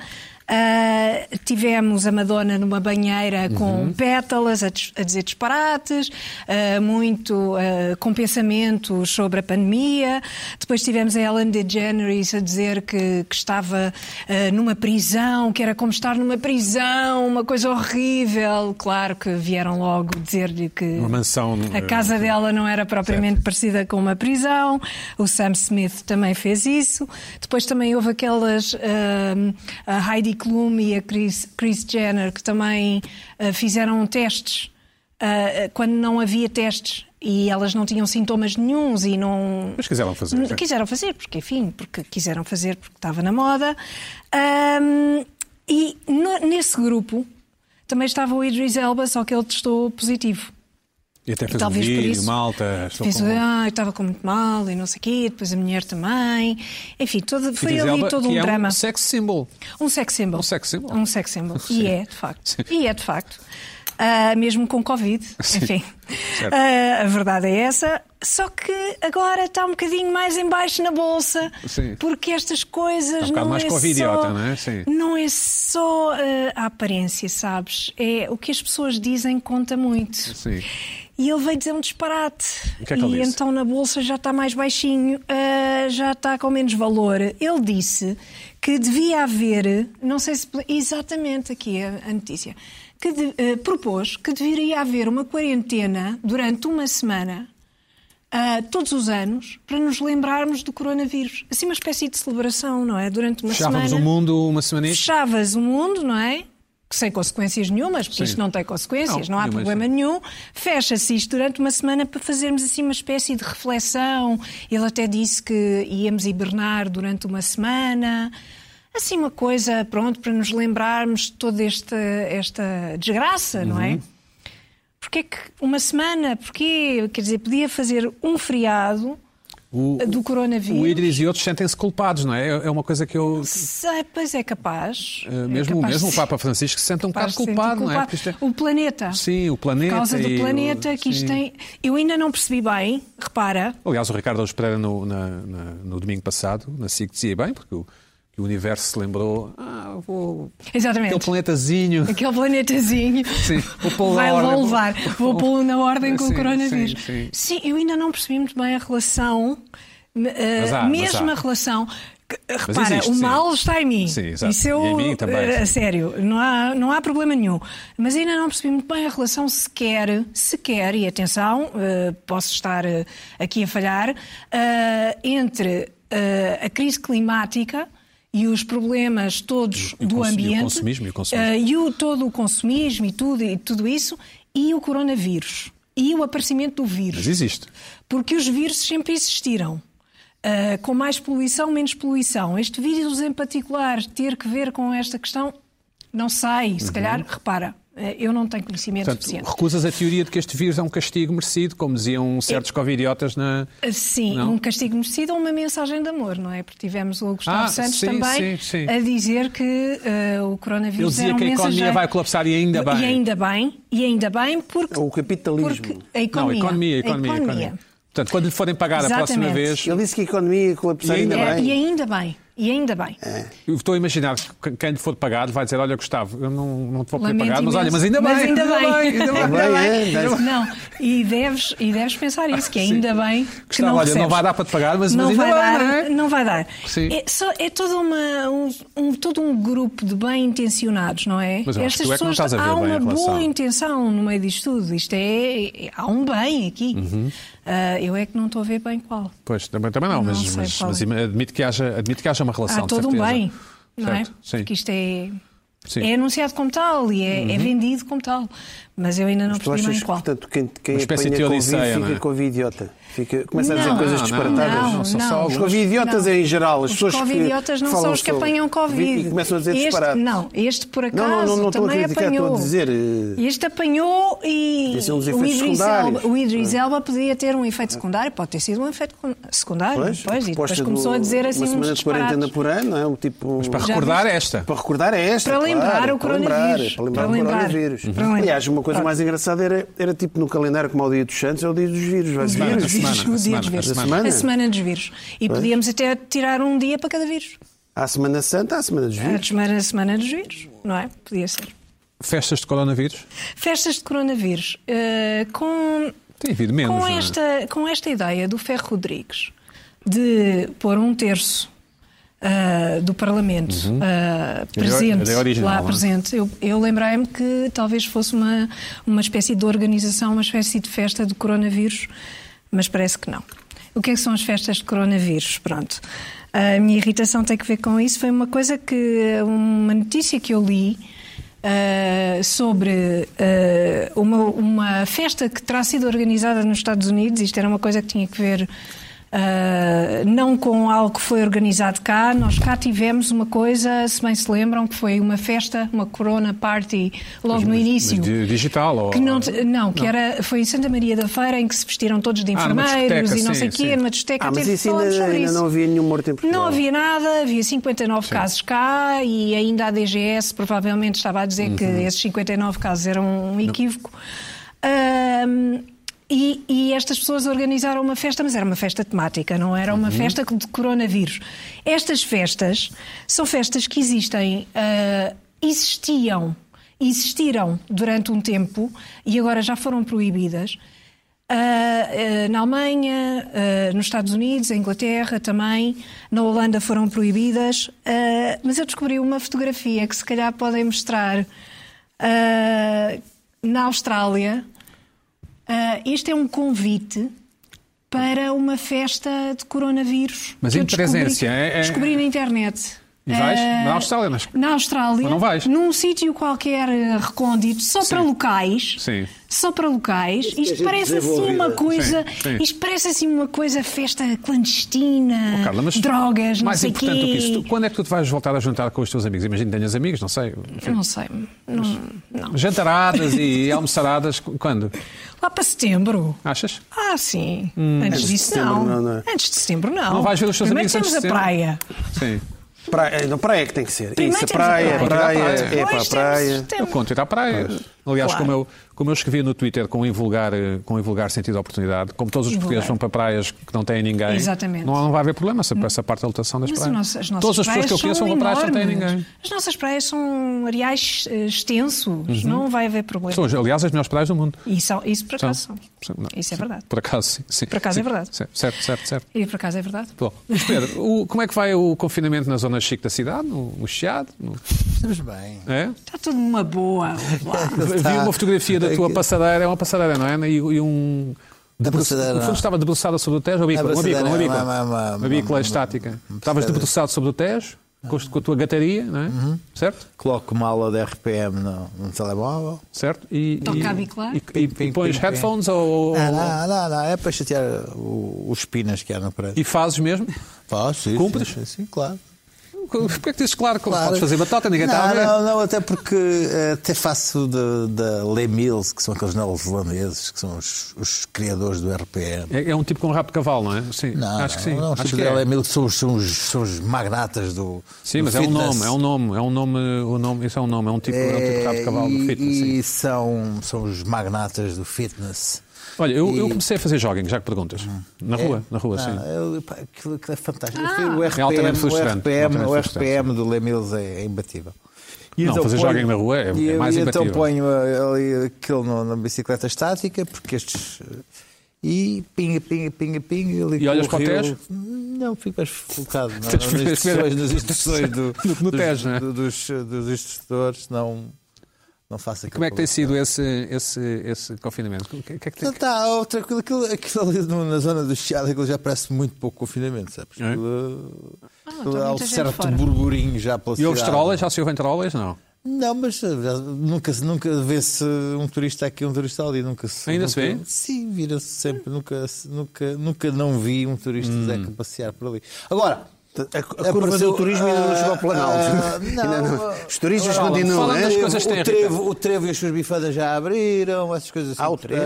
[SPEAKER 4] Ah, tivemos a Madonna numa banheira com pétalas a, dis- a dizer disparates, ah, muito ah, com pensamentos sobre a pandemia. Depois tivemos a Ellen DeGeneres a dizer que, que estava ah, numa prisão, que era como estar numa prisão, uma coisa horrível. Claro que vieram logo dizer-lhe que
[SPEAKER 1] Uma mansão,
[SPEAKER 4] a casa
[SPEAKER 1] eh,
[SPEAKER 4] dela não era propriamente parecida com uma prisão. O Sam Smith também fez isso. Depois também houve aquelas. ahm, a Heidi Klum e a Chris, Kris Jenner que também ah, fizeram testes ah, ah, quando não havia testes e elas não tinham sintomas nenhuns e não.
[SPEAKER 1] Mas quiseram fazer, é.
[SPEAKER 4] N-
[SPEAKER 1] sim.
[SPEAKER 4] Quiseram fazer, porque enfim, porque quiseram fazer, porque estava na moda. Ahm, e no- nesse grupo também estava o Idris Elba, só que ele testou positivo.
[SPEAKER 1] E até
[SPEAKER 4] E
[SPEAKER 1] fez um
[SPEAKER 4] talvez por
[SPEAKER 1] vídeo,
[SPEAKER 4] isso-
[SPEAKER 1] malta. Estou
[SPEAKER 4] Fiz,
[SPEAKER 1] com...
[SPEAKER 4] ah, eu estava com muito mal e não sei o quê, depois a mulher também. Enfim, todo,
[SPEAKER 1] E
[SPEAKER 4] foi
[SPEAKER 1] diz
[SPEAKER 4] ali
[SPEAKER 1] Elba
[SPEAKER 4] todo um
[SPEAKER 1] que é
[SPEAKER 4] drama.
[SPEAKER 1] Um sex symbol.
[SPEAKER 4] Um sex symbol.
[SPEAKER 1] Um sex symbol.
[SPEAKER 4] Um
[SPEAKER 1] [laughs]
[SPEAKER 4] sex symbol.
[SPEAKER 1] Sim.
[SPEAKER 4] E é, de facto. E é, de facto. Ah, mesmo
[SPEAKER 1] [laughs]
[SPEAKER 4] com Covid, enfim.
[SPEAKER 1] Certo.
[SPEAKER 4] Ah, a verdade é essa. Só que agora está um bocadinho mais em baixo na bolsa.
[SPEAKER 1] Sim.
[SPEAKER 4] Porque estas
[SPEAKER 1] Está um
[SPEAKER 4] coisas
[SPEAKER 1] bocado
[SPEAKER 4] não
[SPEAKER 1] mais
[SPEAKER 4] é
[SPEAKER 1] covidiota,
[SPEAKER 4] só...
[SPEAKER 1] não é? Sim.
[SPEAKER 4] Não é só eh, a aparência, sabes? É o que as pessoas dizem conta muito.
[SPEAKER 1] Sim.
[SPEAKER 4] E ele veio dizer um disparate.
[SPEAKER 1] O que é que
[SPEAKER 4] e
[SPEAKER 1] ele disse?
[SPEAKER 4] então na bolsa já está mais baixinho, eh, já está com menos valor. Ele disse que devia haver, não sei se exatamente aqui é a, a notícia, que de- eh, propôs que deveria haver uma quarentena durante uma semana. ah, todos os anos, para nos lembrarmos do coronavírus. Assim, uma espécie de celebração, não é? Durante uma
[SPEAKER 1] Fechávamos o
[SPEAKER 4] semana
[SPEAKER 1] mundo uma semanita.
[SPEAKER 4] fechavas o mundo, não é? Que Sem consequências nenhumas, porque
[SPEAKER 1] Sim.
[SPEAKER 4] isto não tem consequências,
[SPEAKER 1] Não,
[SPEAKER 4] não, há
[SPEAKER 1] nenhumas,
[SPEAKER 4] problema
[SPEAKER 1] sim.
[SPEAKER 4] nenhum. Fecha-se isto durante uma semana para fazermos assim uma espécie de reflexão. Ele até disse que íamos hibernar durante uma semana. Assim, uma coisa, pronto, para nos lembrarmos de toda esta, esta desgraça, não
[SPEAKER 1] Uhum.
[SPEAKER 4] é? Porquê que uma semana? Porquê? Quer dizer, podia fazer um feriado
[SPEAKER 1] O,
[SPEAKER 4] do coronavírus.
[SPEAKER 1] o Idris e outros sentem-se culpados, não é? É é uma coisa que eu.
[SPEAKER 4] Sei, pois é capaz.
[SPEAKER 1] eh, Mesmo,
[SPEAKER 4] é capaz
[SPEAKER 1] mesmo
[SPEAKER 4] de
[SPEAKER 1] o Papa Francisco se sente um bocado
[SPEAKER 4] capaz de sentir
[SPEAKER 1] culpado, não é? Porque isto é-
[SPEAKER 4] O planeta.
[SPEAKER 1] Sim, o planeta.
[SPEAKER 4] Por causa do
[SPEAKER 1] e o-
[SPEAKER 4] planeta que isto
[SPEAKER 1] sim.
[SPEAKER 4] tem. Eu ainda não percebi bem, repara.
[SPEAKER 1] é- Aliás, o Ricardo Alves Pereira, no, na- na- no domingo passado, na SIC, dizia bem, porque o, que E o universo se lembrou: ah, vou.
[SPEAKER 4] Exatamente.
[SPEAKER 1] Aquele planetazinho.
[SPEAKER 4] Aquele planetazinho
[SPEAKER 1] Sim, vou pô-lo na
[SPEAKER 4] vai
[SPEAKER 1] ordem.
[SPEAKER 4] vou levar, vou pô-lo na ordem com
[SPEAKER 1] Sim,
[SPEAKER 4] o coronavírus.
[SPEAKER 1] sim, sim.
[SPEAKER 4] eu ainda não percebi muito bem a relação, eh,
[SPEAKER 1] Mas há, mas
[SPEAKER 4] mesmo
[SPEAKER 1] há.
[SPEAKER 4] a relação. que- eh, Repara,
[SPEAKER 1] existe,
[SPEAKER 4] o
[SPEAKER 1] sim.
[SPEAKER 4] mal está em mim.
[SPEAKER 1] Sim, exato.
[SPEAKER 4] Isso eu,
[SPEAKER 1] E em mim também,
[SPEAKER 4] eh,
[SPEAKER 1] sim.
[SPEAKER 4] a sério, não há, não há problema nenhum. Mas ainda não percebi muito bem a relação sequer, sequer, e atenção, eh, posso estar eh, aqui a falhar, eh, entre eh, a crise climática e os problemas todos
[SPEAKER 1] E o
[SPEAKER 4] do
[SPEAKER 1] cons- e o
[SPEAKER 4] ambiente
[SPEAKER 1] consumismo, e o consumismo.
[SPEAKER 4] eh, e o, todo o consumismo e tudo, e tudo isso, e o coronavírus, e o aparecimento do vírus.
[SPEAKER 1] Mas existe.
[SPEAKER 4] Porque os vírus sempre existiram. Ah, com mais poluição, menos poluição. Este vírus em particular ter que ver com esta questão, não sei. Se calhar, repara, eh, eu não tenho conhecimento
[SPEAKER 1] Uhum. Portanto,
[SPEAKER 4] suficiente.
[SPEAKER 1] recusas a teoria de que este vírus é um castigo merecido, como diziam
[SPEAKER 4] É.
[SPEAKER 1] certos covidiotas na.
[SPEAKER 4] Ah, Sim,
[SPEAKER 1] Não.
[SPEAKER 4] um castigo merecido ou uma mensagem de amor, não é? Porque tivemos o Gustavo
[SPEAKER 1] Ah,
[SPEAKER 4] Santos
[SPEAKER 1] sim, sim,
[SPEAKER 4] também
[SPEAKER 1] sim.
[SPEAKER 4] a dizer que ah, o coronavírus
[SPEAKER 1] Ele dizia
[SPEAKER 4] era um
[SPEAKER 1] que a economia
[SPEAKER 4] mensageiro.
[SPEAKER 1] vai colapsar e ainda bem.
[SPEAKER 4] E ainda bem, e ainda bem porque...
[SPEAKER 2] É O capitalismo.
[SPEAKER 4] Porque a
[SPEAKER 1] Não,
[SPEAKER 4] economia.
[SPEAKER 1] economia, economia, economia. Portanto, quando lhe forem pagar a próxima
[SPEAKER 4] Exatamente.
[SPEAKER 1] vez,
[SPEAKER 2] Ele disse que a economia ia colapsar
[SPEAKER 1] E
[SPEAKER 2] ainda
[SPEAKER 1] ainda
[SPEAKER 4] É,
[SPEAKER 2] bem.
[SPEAKER 4] e ainda bem, e ainda
[SPEAKER 2] É.
[SPEAKER 4] bem.
[SPEAKER 1] eu estou a imaginar que quem lhe for pagar vai dizer: Olha, Gustavo, eu não, não te vou poder
[SPEAKER 4] Lamento
[SPEAKER 1] pagar, mas
[SPEAKER 4] imenso.
[SPEAKER 1] olha, mas ainda bem.
[SPEAKER 4] Mas ainda bem.
[SPEAKER 1] ainda bem.
[SPEAKER 2] Ainda bem, é, ainda bem.
[SPEAKER 4] Não, e deves, e deves pensar isso, que ainda bem que
[SPEAKER 1] Gustavo,
[SPEAKER 4] não
[SPEAKER 1] olha,
[SPEAKER 4] recebes.
[SPEAKER 1] não vai dar para te pagar, mas,
[SPEAKER 4] não
[SPEAKER 1] mas ainda
[SPEAKER 4] vai
[SPEAKER 1] bem,
[SPEAKER 4] dar,
[SPEAKER 1] não é?
[SPEAKER 4] não vai dar.
[SPEAKER 1] Sim.
[SPEAKER 4] É, só, é toda uma, um, um- todo um grupo de bem intencionados, não é?
[SPEAKER 1] Mas eu acho que tu é que não estás a ver bem
[SPEAKER 4] há
[SPEAKER 1] a
[SPEAKER 4] uma boa
[SPEAKER 1] relação.
[SPEAKER 4] intenção no meio disto tudo. Isto é, é- há um bem aqui.
[SPEAKER 1] Uhum.
[SPEAKER 4] Ah, eu é que não estou a ver bem qual.
[SPEAKER 1] Pois, também, também não,
[SPEAKER 4] Não
[SPEAKER 1] mas,
[SPEAKER 4] sei
[SPEAKER 1] mas,
[SPEAKER 4] qual é.
[SPEAKER 1] mas admito, que haja, admito que haja uma relação.
[SPEAKER 4] há
[SPEAKER 1] de
[SPEAKER 4] todo um
[SPEAKER 1] certeza.
[SPEAKER 4] bem, não é?
[SPEAKER 1] Certo, sim.
[SPEAKER 4] Porque isto é.
[SPEAKER 1] Sim. Uhum.
[SPEAKER 4] É anunciado como tal e é, é vendido como tal. Mas eu ainda não
[SPEAKER 2] Mas tu
[SPEAKER 4] percebi
[SPEAKER 2] achas
[SPEAKER 4] bem
[SPEAKER 2] que,
[SPEAKER 4] qual.
[SPEAKER 2] portanto, quem, quem
[SPEAKER 1] Uma espécie
[SPEAKER 2] apanha
[SPEAKER 1] de
[SPEAKER 2] Covid
[SPEAKER 1] odisseia, não é?
[SPEAKER 2] fica Covid-idiota? Fica, começa a dizer coisas
[SPEAKER 1] não,
[SPEAKER 2] disparatadas?
[SPEAKER 1] não, são só
[SPEAKER 2] Os
[SPEAKER 1] alguns.
[SPEAKER 2] Covid-idiotas
[SPEAKER 4] Não.
[SPEAKER 2] é em geral. As
[SPEAKER 4] Os
[SPEAKER 2] pessoas que
[SPEAKER 4] Covid-idiotas não são
[SPEAKER 2] falam
[SPEAKER 4] os que
[SPEAKER 2] sobre
[SPEAKER 4] apanham Covid.
[SPEAKER 2] E começam a dizer
[SPEAKER 4] este,
[SPEAKER 2] disparates.
[SPEAKER 4] Não, este por acaso
[SPEAKER 2] Não, não, não, não estou a
[SPEAKER 4] também
[SPEAKER 2] criticar, estou a
[SPEAKER 4] apanhou.
[SPEAKER 2] dizer, eh,
[SPEAKER 4] Este apanhou e
[SPEAKER 2] Podia ser um uns
[SPEAKER 4] o
[SPEAKER 2] efeitos
[SPEAKER 4] Idris,
[SPEAKER 2] secundários.
[SPEAKER 4] Elba, o Idris
[SPEAKER 2] é?
[SPEAKER 4] Elba podia ter um efeito secundário, pode ter sido um efeito con- secundário,
[SPEAKER 2] Pois,
[SPEAKER 4] pois, e depois
[SPEAKER 2] proposta
[SPEAKER 4] começou
[SPEAKER 2] do-
[SPEAKER 4] a dizer assim
[SPEAKER 2] Uma semana
[SPEAKER 4] uns
[SPEAKER 2] de quarentena
[SPEAKER 4] disparates.
[SPEAKER 2] por ano, não é? Um tipo...
[SPEAKER 1] Para recordar
[SPEAKER 4] viste?
[SPEAKER 1] esta.
[SPEAKER 2] Para recordar é esta.
[SPEAKER 4] Para lembrar
[SPEAKER 2] claro,
[SPEAKER 4] o
[SPEAKER 2] para lembrar,
[SPEAKER 4] coronavírus.
[SPEAKER 2] Para lembrar,
[SPEAKER 4] Para
[SPEAKER 2] o
[SPEAKER 4] lembrar.
[SPEAKER 2] coronavírus.
[SPEAKER 4] Uhum. Para lembrar.
[SPEAKER 2] Aliás, uma coisa
[SPEAKER 4] Claro.
[SPEAKER 2] mais engraçada era, era tipo no calendário como ao dia dos Santos, é o dia dos vírus. Vai
[SPEAKER 1] Semana,
[SPEAKER 2] vírus.
[SPEAKER 1] a semana,
[SPEAKER 4] Vírus, o
[SPEAKER 1] a
[SPEAKER 4] dia
[SPEAKER 1] semana,
[SPEAKER 4] dos
[SPEAKER 1] a
[SPEAKER 4] vírus.
[SPEAKER 1] semana.
[SPEAKER 4] A semana dos vírus. E podíamos até tirar um dia para cada vírus.
[SPEAKER 2] Há a Semana Santa, há a Semana dos
[SPEAKER 4] A
[SPEAKER 2] Vírus.
[SPEAKER 4] semana, semana dos vírus, não é? Podia ser.
[SPEAKER 1] Festas de coronavírus?
[SPEAKER 4] Festas de coronavírus. eh, com,
[SPEAKER 1] Tem havido menos.
[SPEAKER 4] com,
[SPEAKER 1] não é?
[SPEAKER 4] esta, com esta ideia do Ferro Rodrigues de pôr um terço ah, do Parlamento ah, presente,
[SPEAKER 1] Uhum. é original,
[SPEAKER 4] lá
[SPEAKER 1] não é?
[SPEAKER 4] presente, eu, eu lembrei-me que talvez fosse uma, uma espécie de organização, uma espécie de festa do coronavírus, mas parece que não. O que é que são as festas de coronavírus? Pronto. A minha irritação tem que ver com isso. Foi uma coisa que. uma notícia que eu li uh, sobre uh, uma, uma festa que terá sido organizada nos Estados Unidos. Isto era uma coisa que tinha que ver uh, não com algo que foi organizado cá. Nós cá tivemos uma coisa, se bem se lembram, que foi uma festa, uma corona party logo no
[SPEAKER 1] Mas- mas
[SPEAKER 4] início.
[SPEAKER 1] di- Digital ou.
[SPEAKER 4] Que não, te- não, que era, foi em Santa Maria da Feira em que se vestiram todos de
[SPEAKER 1] Ah, numa
[SPEAKER 4] enfermeiros
[SPEAKER 1] discoteca,
[SPEAKER 4] e não
[SPEAKER 1] sim,
[SPEAKER 4] sei o quê,
[SPEAKER 1] sim.
[SPEAKER 4] numa discoteca.
[SPEAKER 2] Ah, mas
[SPEAKER 4] teve-
[SPEAKER 2] isso
[SPEAKER 4] falamos
[SPEAKER 2] ainda,
[SPEAKER 4] sobre
[SPEAKER 2] ainda
[SPEAKER 4] isso.
[SPEAKER 2] não havia nenhum morto em Portugal.
[SPEAKER 4] Não havia nada, havia 59 casos cá e ainda a DGS provavelmente estava a dizer que esses 59 casos eram um equívoco. Ahm, e, e estas pessoas organizaram uma festa, mas era uma festa temática, não era uma festa de coronavírus. Estas festas são festas que existem, ah, existiam, existiram durante um tempo e agora já foram proibidas. Ah, ah, na Alemanha, ah, nos Estados Unidos, em Inglaterra também, na Holanda foram proibidas, ah, mas eu descobri uma fotografia que se calhar podem mostrar ah, na Austrália. Ah, este é um convite para uma festa de coronavírus.
[SPEAKER 1] Mas
[SPEAKER 4] que
[SPEAKER 1] em
[SPEAKER 4] eu descobri-
[SPEAKER 1] presença, é- é-
[SPEAKER 4] Descobri na internet.
[SPEAKER 1] E vais?
[SPEAKER 4] Ah,
[SPEAKER 1] Na Austrália, mas-
[SPEAKER 4] Na Austrália.
[SPEAKER 1] Mas não vais?
[SPEAKER 4] Num sítio qualquer eh, recôndito, só para locais.
[SPEAKER 1] Sim.
[SPEAKER 4] Só para locais. Isto
[SPEAKER 2] gente
[SPEAKER 4] parece assim
[SPEAKER 2] desenvolvida.
[SPEAKER 4] uma coisa.
[SPEAKER 1] Sim, sim.
[SPEAKER 4] Isto parece assim uma coisa festa clandestina,
[SPEAKER 1] Oh, Carla, mas
[SPEAKER 4] drogas, não
[SPEAKER 1] mais
[SPEAKER 4] sei
[SPEAKER 1] importante
[SPEAKER 4] quê.
[SPEAKER 1] do que isto, quando é que tu te vais voltar a juntar com os teus amigos? Imagina, tenhas amigos, não sei.
[SPEAKER 4] Eu não sei. Não- não.
[SPEAKER 1] Jantaradas
[SPEAKER 4] [laughs]
[SPEAKER 1] e almoçaradas, quando?
[SPEAKER 4] Lá para setembro.
[SPEAKER 1] Achas?
[SPEAKER 4] Ah, sim.
[SPEAKER 1] Hum.
[SPEAKER 4] Antes,
[SPEAKER 2] de
[SPEAKER 4] disso,
[SPEAKER 2] setembro,
[SPEAKER 4] não.
[SPEAKER 2] não, não é?
[SPEAKER 4] Antes de setembro, não.
[SPEAKER 1] Não vais ver os teus
[SPEAKER 4] Primeiro
[SPEAKER 1] amigos antes
[SPEAKER 4] temos a
[SPEAKER 1] de setembro?
[SPEAKER 4] praia.
[SPEAKER 1] Sim.
[SPEAKER 2] Praia, não, praia é que tem que ser.
[SPEAKER 4] Primeiro
[SPEAKER 2] Isso,
[SPEAKER 4] temos
[SPEAKER 2] praia,
[SPEAKER 4] a praia.
[SPEAKER 2] praia,
[SPEAKER 1] Contra a praia.
[SPEAKER 2] é para a
[SPEAKER 4] Depois
[SPEAKER 2] praia.
[SPEAKER 4] temos- temos-
[SPEAKER 1] Eu conto ir à praia. Aliás,
[SPEAKER 4] Claro.
[SPEAKER 1] como, eu, como eu escrevi no Twitter com um invulgar, eh, com um invulgar sentido de oportunidade, como todos os
[SPEAKER 4] Invulgar.
[SPEAKER 1] portugueses vão para praias que não têm ninguém,
[SPEAKER 4] Exatamente.
[SPEAKER 1] Não, não vai haver problema essa, essa parte da lotação das
[SPEAKER 4] Mas as
[SPEAKER 1] praias.
[SPEAKER 4] nossas, as nossas
[SPEAKER 1] todas as pessoas
[SPEAKER 4] praias
[SPEAKER 1] que eu conheço
[SPEAKER 4] são
[SPEAKER 1] vão para praias que não têm
[SPEAKER 4] enormes.
[SPEAKER 1] ninguém.
[SPEAKER 4] As nossas praias são areais eh, extensos, não vai haver problema.
[SPEAKER 1] Uhum. São, aliás, as melhores praias do mundo.
[SPEAKER 4] E são- isso por acaso são.
[SPEAKER 1] Sim, não.
[SPEAKER 4] Isso é verdade.
[SPEAKER 1] Por acaso, sim, sim.
[SPEAKER 4] Por acaso
[SPEAKER 1] Sim,
[SPEAKER 4] é verdade.
[SPEAKER 1] sim. Certo, certo, certo.
[SPEAKER 4] E por acaso é verdade.
[SPEAKER 1] Bom, mas Pedro, o- como é que vai o confinamento na zona chique da cidade, no, no Chiado? no-
[SPEAKER 3] Estamos bem.
[SPEAKER 1] é?
[SPEAKER 4] [laughs] Está tudo numa boa.
[SPEAKER 1] [laughs]
[SPEAKER 4] Lá.
[SPEAKER 1] Vi uma fotografia da tua passadeira, é uma passadeira, não é? E, e um.
[SPEAKER 3] Da
[SPEAKER 1] debruça-
[SPEAKER 3] passadeira,
[SPEAKER 1] No fundo
[SPEAKER 3] não.
[SPEAKER 1] estava debruçada sobre o Tejo, uma bícola, uma
[SPEAKER 3] passadeira
[SPEAKER 1] bícola, uma
[SPEAKER 3] é uma-
[SPEAKER 1] bícola,
[SPEAKER 3] uma- uma-
[SPEAKER 1] uma bícola
[SPEAKER 3] uma-
[SPEAKER 1] estática.
[SPEAKER 3] uma
[SPEAKER 1] Estavas
[SPEAKER 3] passadeira. Uhum.
[SPEAKER 1] debruçado sobre o Tejo, com, os- com a tua gataria, não é? Certo?
[SPEAKER 3] Coloco uma aula de RPM no, no telemóvel.
[SPEAKER 1] Certo? E,
[SPEAKER 4] Toca
[SPEAKER 1] e-
[SPEAKER 4] a bicolar.
[SPEAKER 1] e- e-
[SPEAKER 3] Pim, pim,
[SPEAKER 1] e pões
[SPEAKER 3] pim, pim.
[SPEAKER 1] headphones ou.
[SPEAKER 3] Ah,
[SPEAKER 1] Ah,
[SPEAKER 3] Não, não, não, não, é para chatear o- os pinas que há na parede.
[SPEAKER 1] E fazes mesmo? [laughs]
[SPEAKER 3] Posso, sim,
[SPEAKER 1] é Cumpres?
[SPEAKER 3] Sim, sim, claro.
[SPEAKER 1] Porquê é que dizes claro que
[SPEAKER 3] claro.
[SPEAKER 1] podes fazer batota? Ninguém está a
[SPEAKER 3] não,
[SPEAKER 1] ver.
[SPEAKER 3] Não, não, até porque eh, até faço da da Les Mills, que são aqueles neozelandeses, que são os, os criadores do RPM.
[SPEAKER 1] É, é um tipo com rabo de cavalo, não é? Sim,
[SPEAKER 3] Não,
[SPEAKER 1] acho que sim.
[SPEAKER 3] Não, não,
[SPEAKER 1] acho que
[SPEAKER 3] considero
[SPEAKER 1] é.
[SPEAKER 3] Les Mills, que são, os- são os, são os magnatas do.
[SPEAKER 1] Sim,
[SPEAKER 3] do
[SPEAKER 1] mas é um
[SPEAKER 3] fitness.
[SPEAKER 1] nome, é um nome, é um nome, o nome, isso é um nome, é um tipo, é um tipo de rabo de cavalo do
[SPEAKER 3] e,
[SPEAKER 1] fitness. sim.
[SPEAKER 3] E são, são os magnatas do fitness.
[SPEAKER 1] Olha, eu, eu
[SPEAKER 3] E- Uhum.
[SPEAKER 1] comecei a fazer jogging, já que perguntas. Na rua, na rua,
[SPEAKER 3] Ah,
[SPEAKER 1] sim. Ah.
[SPEAKER 3] eu- pá, aquilo, aquilo é fantástico. o
[SPEAKER 1] altamente
[SPEAKER 3] RPM, o
[SPEAKER 1] frustrante,
[SPEAKER 3] RPM,
[SPEAKER 1] altamente
[SPEAKER 3] o
[SPEAKER 1] frustrante,
[SPEAKER 3] RPM do Lemils é, é imbatível. E
[SPEAKER 1] Não,
[SPEAKER 3] então
[SPEAKER 1] fazer jogging na rua é- é
[SPEAKER 3] e eu-
[SPEAKER 1] mais
[SPEAKER 3] e Então
[SPEAKER 1] imbatível.
[SPEAKER 3] ponho ah, ali aquilo no- na bicicleta estática, porque estes. eh, E pinga, pinga, pinga, pinga. Ali
[SPEAKER 1] E olhas
[SPEAKER 3] com
[SPEAKER 1] para o
[SPEAKER 3] rio.
[SPEAKER 1] Tejo?
[SPEAKER 3] Não, fico mais focado
[SPEAKER 1] [laughs]
[SPEAKER 3] não,
[SPEAKER 1] Tens
[SPEAKER 3] nas,
[SPEAKER 1] que ver-
[SPEAKER 3] instruções, nas
[SPEAKER 1] [laughs]
[SPEAKER 3] instruções do,
[SPEAKER 1] No- no
[SPEAKER 3] dos,
[SPEAKER 1] Tejo, não é?
[SPEAKER 3] do- dos, dos instrutores. Não, não faço aquilo
[SPEAKER 1] Como é que tem
[SPEAKER 3] eu-
[SPEAKER 1] sido esse, esse, esse confinamento? O que o que é que tem?
[SPEAKER 3] não está, oh, tranquilo, aquilo, aquilo ali no- na zona do Chiado aquilo já parece muito pouco confinamento, sabes?
[SPEAKER 1] É?
[SPEAKER 3] Aquilo,
[SPEAKER 4] Ah,
[SPEAKER 3] aquilo
[SPEAKER 4] está
[SPEAKER 3] há um
[SPEAKER 4] muita gente
[SPEAKER 3] certo
[SPEAKER 4] fora.
[SPEAKER 3] burburinho já pela
[SPEAKER 1] E houve
[SPEAKER 3] cidade.
[SPEAKER 1] trolas? Já se ouvem trolas? Não.
[SPEAKER 3] Não, mas eh, já nunca, se- nunca vê-se um turista aqui, um turista ali, nunca se.
[SPEAKER 1] Ainda
[SPEAKER 3] nunca-
[SPEAKER 1] se vê?
[SPEAKER 3] Sim, vira-se sempre, nunca, se- nunca, nunca não vi um turista
[SPEAKER 1] Hum.
[SPEAKER 3] Zeca passear por ali. Agora,
[SPEAKER 2] A,
[SPEAKER 3] É,
[SPEAKER 2] a curva do turismo ainda não chegou ao Planalto.
[SPEAKER 3] Ah, não,
[SPEAKER 2] [laughs] Ainda não.
[SPEAKER 3] ah,
[SPEAKER 2] Os turistas
[SPEAKER 1] Fala-
[SPEAKER 2] continuam, né?
[SPEAKER 1] fala das
[SPEAKER 2] hein?
[SPEAKER 1] coisas que têm,
[SPEAKER 3] o, trevo, o trevo e as suas bifadas já abriram, essas coisas assim.
[SPEAKER 2] Ah, o trevo.